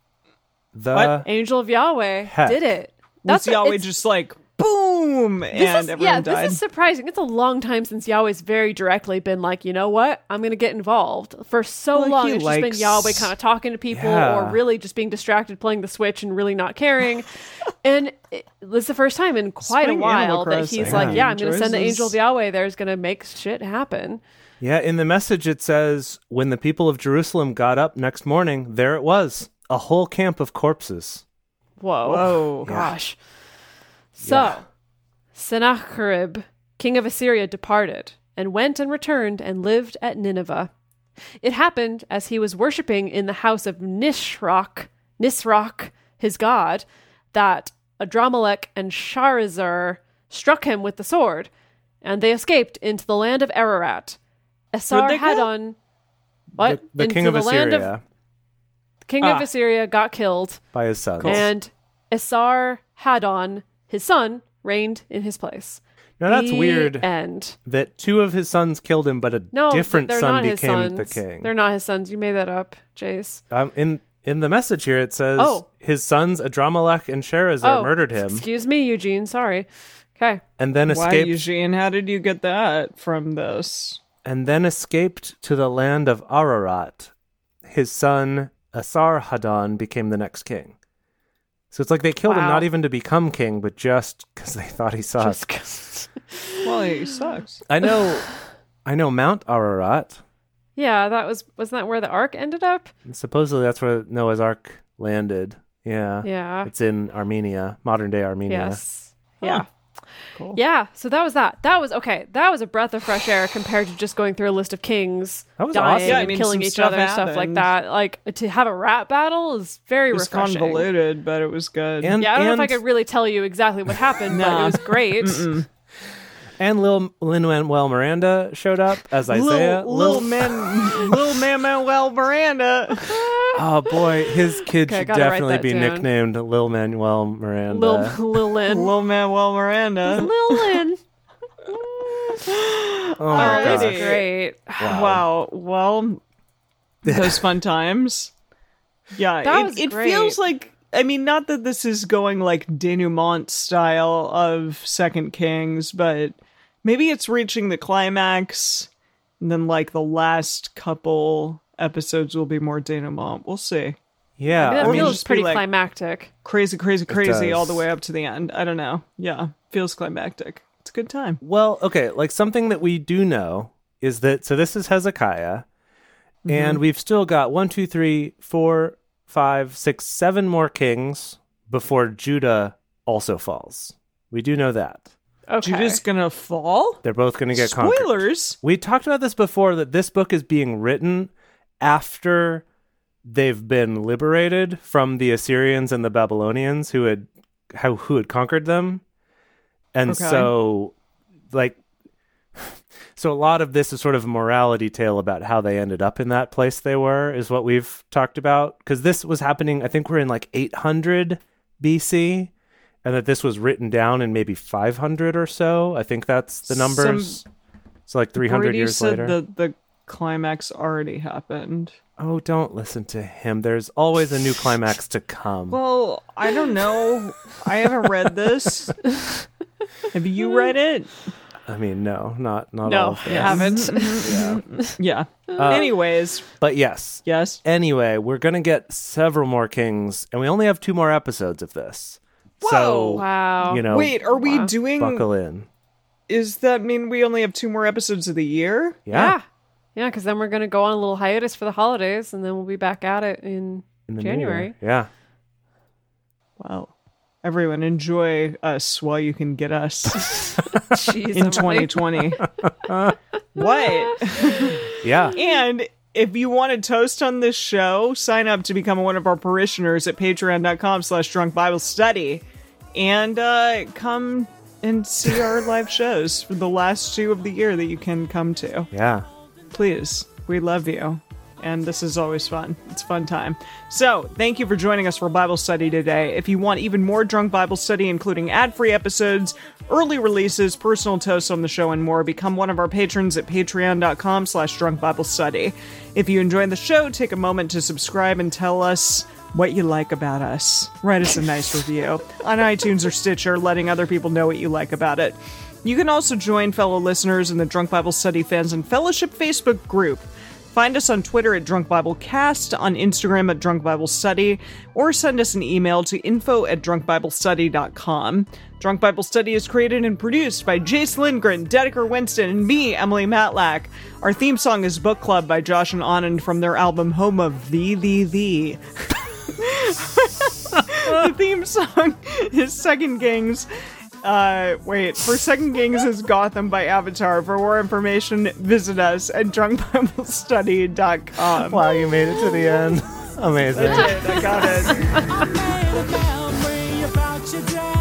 Speaker 3: The
Speaker 2: What?
Speaker 4: Angel of Yahweh
Speaker 3: Heck.
Speaker 4: did it.
Speaker 2: Was
Speaker 4: what-
Speaker 2: Yahweh
Speaker 4: it's-
Speaker 2: just like boom and
Speaker 4: is,
Speaker 2: everyone
Speaker 4: yeah,
Speaker 2: died?
Speaker 4: this is surprising. It's a long time since Yahweh's very directly been like, you know what, I'm going to get involved. For so
Speaker 2: Well,
Speaker 4: long,
Speaker 2: he
Speaker 4: it's just
Speaker 2: likes-
Speaker 4: been Yahweh kind of talking to people
Speaker 3: Yeah.
Speaker 4: or really just being distracted playing the Switch and really not
Speaker 2: [laughs]
Speaker 4: caring. and it, this is the first time in quite
Speaker 2: Playing
Speaker 4: a
Speaker 2: Animal
Speaker 4: while that he's
Speaker 2: Crossing.
Speaker 4: like,
Speaker 2: Yeah.
Speaker 4: yeah, I'm going to send the
Speaker 2: Enjoys
Speaker 4: angel of
Speaker 2: this.
Speaker 4: Yahweh there is going to make shit happen.
Speaker 3: Yeah, in the message it says, when the people of Jerusalem got up next morning, there it was a whole camp of corpses.
Speaker 4: Whoa.
Speaker 2: Whoa.
Speaker 4: Gosh. So, Sennacherib, king of Assyria, departed and went and returned and lived at Nineveh. It happened as he was worshiping in the house of Nisroch, Nisroch, his god, that Adramelech and Sharazar struck him with the sword, and they escaped into the land of Ararat.
Speaker 2: they go?
Speaker 4: Esarhaddon, what?
Speaker 3: The, the
Speaker 4: Into
Speaker 3: king of
Speaker 4: the land
Speaker 3: Assyria
Speaker 4: king
Speaker 2: Ah.
Speaker 4: of Assyria got killed
Speaker 3: by his sons.
Speaker 4: and Esar Haddon, his son, reigned in his place.
Speaker 3: now that's
Speaker 4: The
Speaker 3: weird
Speaker 4: End.
Speaker 3: that two of his sons killed him, but a
Speaker 4: No,
Speaker 3: different
Speaker 4: they're
Speaker 3: son
Speaker 4: not his
Speaker 3: became
Speaker 4: sons.
Speaker 3: the king.
Speaker 4: They're not his sons. You made that up, Jace.
Speaker 3: Um, in in the message here, it says
Speaker 4: Oh.
Speaker 3: his sons Adramelech and Sherezer murdered him,
Speaker 4: Excuse me, Eugene. Sorry. Okay.
Speaker 3: and then
Speaker 2: Why,
Speaker 3: escaped
Speaker 2: Eugene? How did you get that from this?
Speaker 3: and then escaped to the land of Ararat. His son Asarhaddon became the next king. So it's like they killed him
Speaker 4: Wow.
Speaker 3: not even to become king, but just because they thought he sucked.
Speaker 2: Well, he sucks.
Speaker 3: I
Speaker 4: [sighs]
Speaker 3: know, I know Mount Ararat.
Speaker 4: [laughs] Yeah, that was wasn't that where the ark ended up?
Speaker 3: Supposedly that's where Noah's Ark landed. Yeah,
Speaker 4: Yeah.
Speaker 3: It's in Armenia, modern day Armenia.
Speaker 4: Yes.
Speaker 2: Oh,
Speaker 4: Yeah. Yeah. So that was that. That was okay. That was a breath of fresh air compared to just going through a list of kings
Speaker 3: That was
Speaker 4: dying
Speaker 3: awesome. Yeah, I
Speaker 4: and
Speaker 2: mean,
Speaker 4: killing
Speaker 2: some
Speaker 4: each
Speaker 2: stuff
Speaker 4: other and stuff
Speaker 2: happened.
Speaker 4: like that. Like to have a rap battle is very
Speaker 2: It was
Speaker 4: refreshing.
Speaker 2: convoluted, but it was good.
Speaker 3: And
Speaker 4: Yeah, I don't know if I
Speaker 3: and-
Speaker 4: could really tell you exactly what happened, but it
Speaker 2: Nah.
Speaker 4: was great.
Speaker 3: And Lil Lin Manuel Miranda showed up as Isaiah.
Speaker 2: Little, little man, little man Manuel Miranda.
Speaker 3: [laughs] oh boy, his kid
Speaker 4: Okay, I
Speaker 3: should
Speaker 4: gotta write
Speaker 3: definitely
Speaker 4: that
Speaker 3: be
Speaker 4: down.
Speaker 3: nicknamed Lil Manuel Miranda. Oh,
Speaker 4: Lil, Lil Lin. Lil,
Speaker 2: little Manuel Miranda.
Speaker 4: Lin.
Speaker 3: oh
Speaker 4: Oh,
Speaker 3: my
Speaker 4: that's
Speaker 3: gosh.
Speaker 4: great.
Speaker 3: Wow.
Speaker 2: Wow. Well, those fun times. Yeah,
Speaker 4: That
Speaker 2: it,
Speaker 4: was
Speaker 2: it
Speaker 4: great.
Speaker 2: feels like. I mean, not that this is going like denouement style of Second Kings, but maybe it's reaching the climax, and then like the last couple episodes will be more denouement. We'll see.
Speaker 3: Yeah.
Speaker 4: That
Speaker 3: I mean,
Speaker 4: feels
Speaker 2: just be
Speaker 4: pretty
Speaker 2: like-
Speaker 4: climactic.
Speaker 2: Crazy, crazy, crazy, all
Speaker 3: does.
Speaker 2: the way up to the end. I don't know. Yeah, feels climactic. It's a good time.
Speaker 3: well, okay, like something that we do know is that so this is Hezekiah, and we've still got one, two, three, four, five, six, seven more kings before Judah also falls. We do know that.
Speaker 4: Okay.
Speaker 2: Judah's gonna fall.
Speaker 3: They're both gonna get conquered.
Speaker 2: Spoilers.
Speaker 3: We talked about this before that this book is being written after they've been liberated from the Assyrians and the Babylonians who had how who had conquered them. And
Speaker 2: Okay.
Speaker 3: so like [sighs] so a lot of this is sort of a morality tale about how they ended up in that place they were is what we've talked about cuz this was happening I think we're in like 800 BC and that this was written down in maybe 500 or so. I think that's the
Speaker 2: Some-
Speaker 3: numbers. so like 300
Speaker 2: Brady
Speaker 3: years
Speaker 2: said
Speaker 3: later.
Speaker 2: The the climax already happened.
Speaker 3: Oh, don't listen to him. There's always a new climax to come.
Speaker 2: Well, I don't know. I haven't read this. [laughs] Have you read it?
Speaker 3: I mean, no, not not all.
Speaker 4: no,
Speaker 3: Of
Speaker 4: you
Speaker 3: this.
Speaker 4: haven't.
Speaker 2: Oh, [laughs] Yeah. Anyways,
Speaker 3: But yes.
Speaker 2: yes.
Speaker 3: Anyway, we're gonna get several more kings, and we only have two more episodes of this. Whoa! mm. So
Speaker 4: Oh, wow.
Speaker 3: you know,
Speaker 2: Wait, are we doing?
Speaker 3: buckle in.
Speaker 2: Is that mean we only have two more episodes of the year?
Speaker 3: Yeah.
Speaker 4: yeah. Yeah, because then we're going to go on a little hiatus for the holidays, and then we'll be back at it in,
Speaker 3: in the new year. [laughs]
Speaker 4: January.
Speaker 3: Yeah.
Speaker 2: Wow. Everyone, enjoy us while you can get us
Speaker 4: Jeez,
Speaker 2: in
Speaker 4: Emily.
Speaker 2: 2020. what?
Speaker 3: Yeah.
Speaker 2: And if you want to toast on this show, sign up to become one of our parishioners at patreon.com slash drunk Bible study. And uh, come and see our live shows for the last two of the year that you can come to.
Speaker 3: Yeah.
Speaker 2: Please, we love you. And this is always fun. It's a fun time. So, thank you for joining us for Bible study today. If you want even more drunk Bible study, including ad free episodes, early releases, personal toasts on the show, and more, become one of our patrons at patreon.com slash drunk Bible study. If you enjoy the show, take a moment to subscribe and tell us what you like about us. Write us a nice review on iTunes or Stitcher, letting other people know what you like about it. You can also join fellow listeners in the Drunk Bible Study Fans and Fellowship Facebook group. Find us on Twitter at Drunk Bible Cast, on Instagram at Drunk Bible Study, or send us an email to info at drunkbiblestudy.com. Drunk Bible Study is created and produced by Jace Lindgren, Dedeker Winston, and me, Emily Matlack. Our theme song is Book Club by Josh and Anand from their album Home of The The The. the theme song is Second Gangs. Uh, wait, for Second Gangs is Gotham by Avatar. For more information, visit us at drunkbiblestudy.com.
Speaker 3: Wow, you made it to the end. [laughs] Amazing.
Speaker 2: I got it.
Speaker 1: I made a memory about your dad.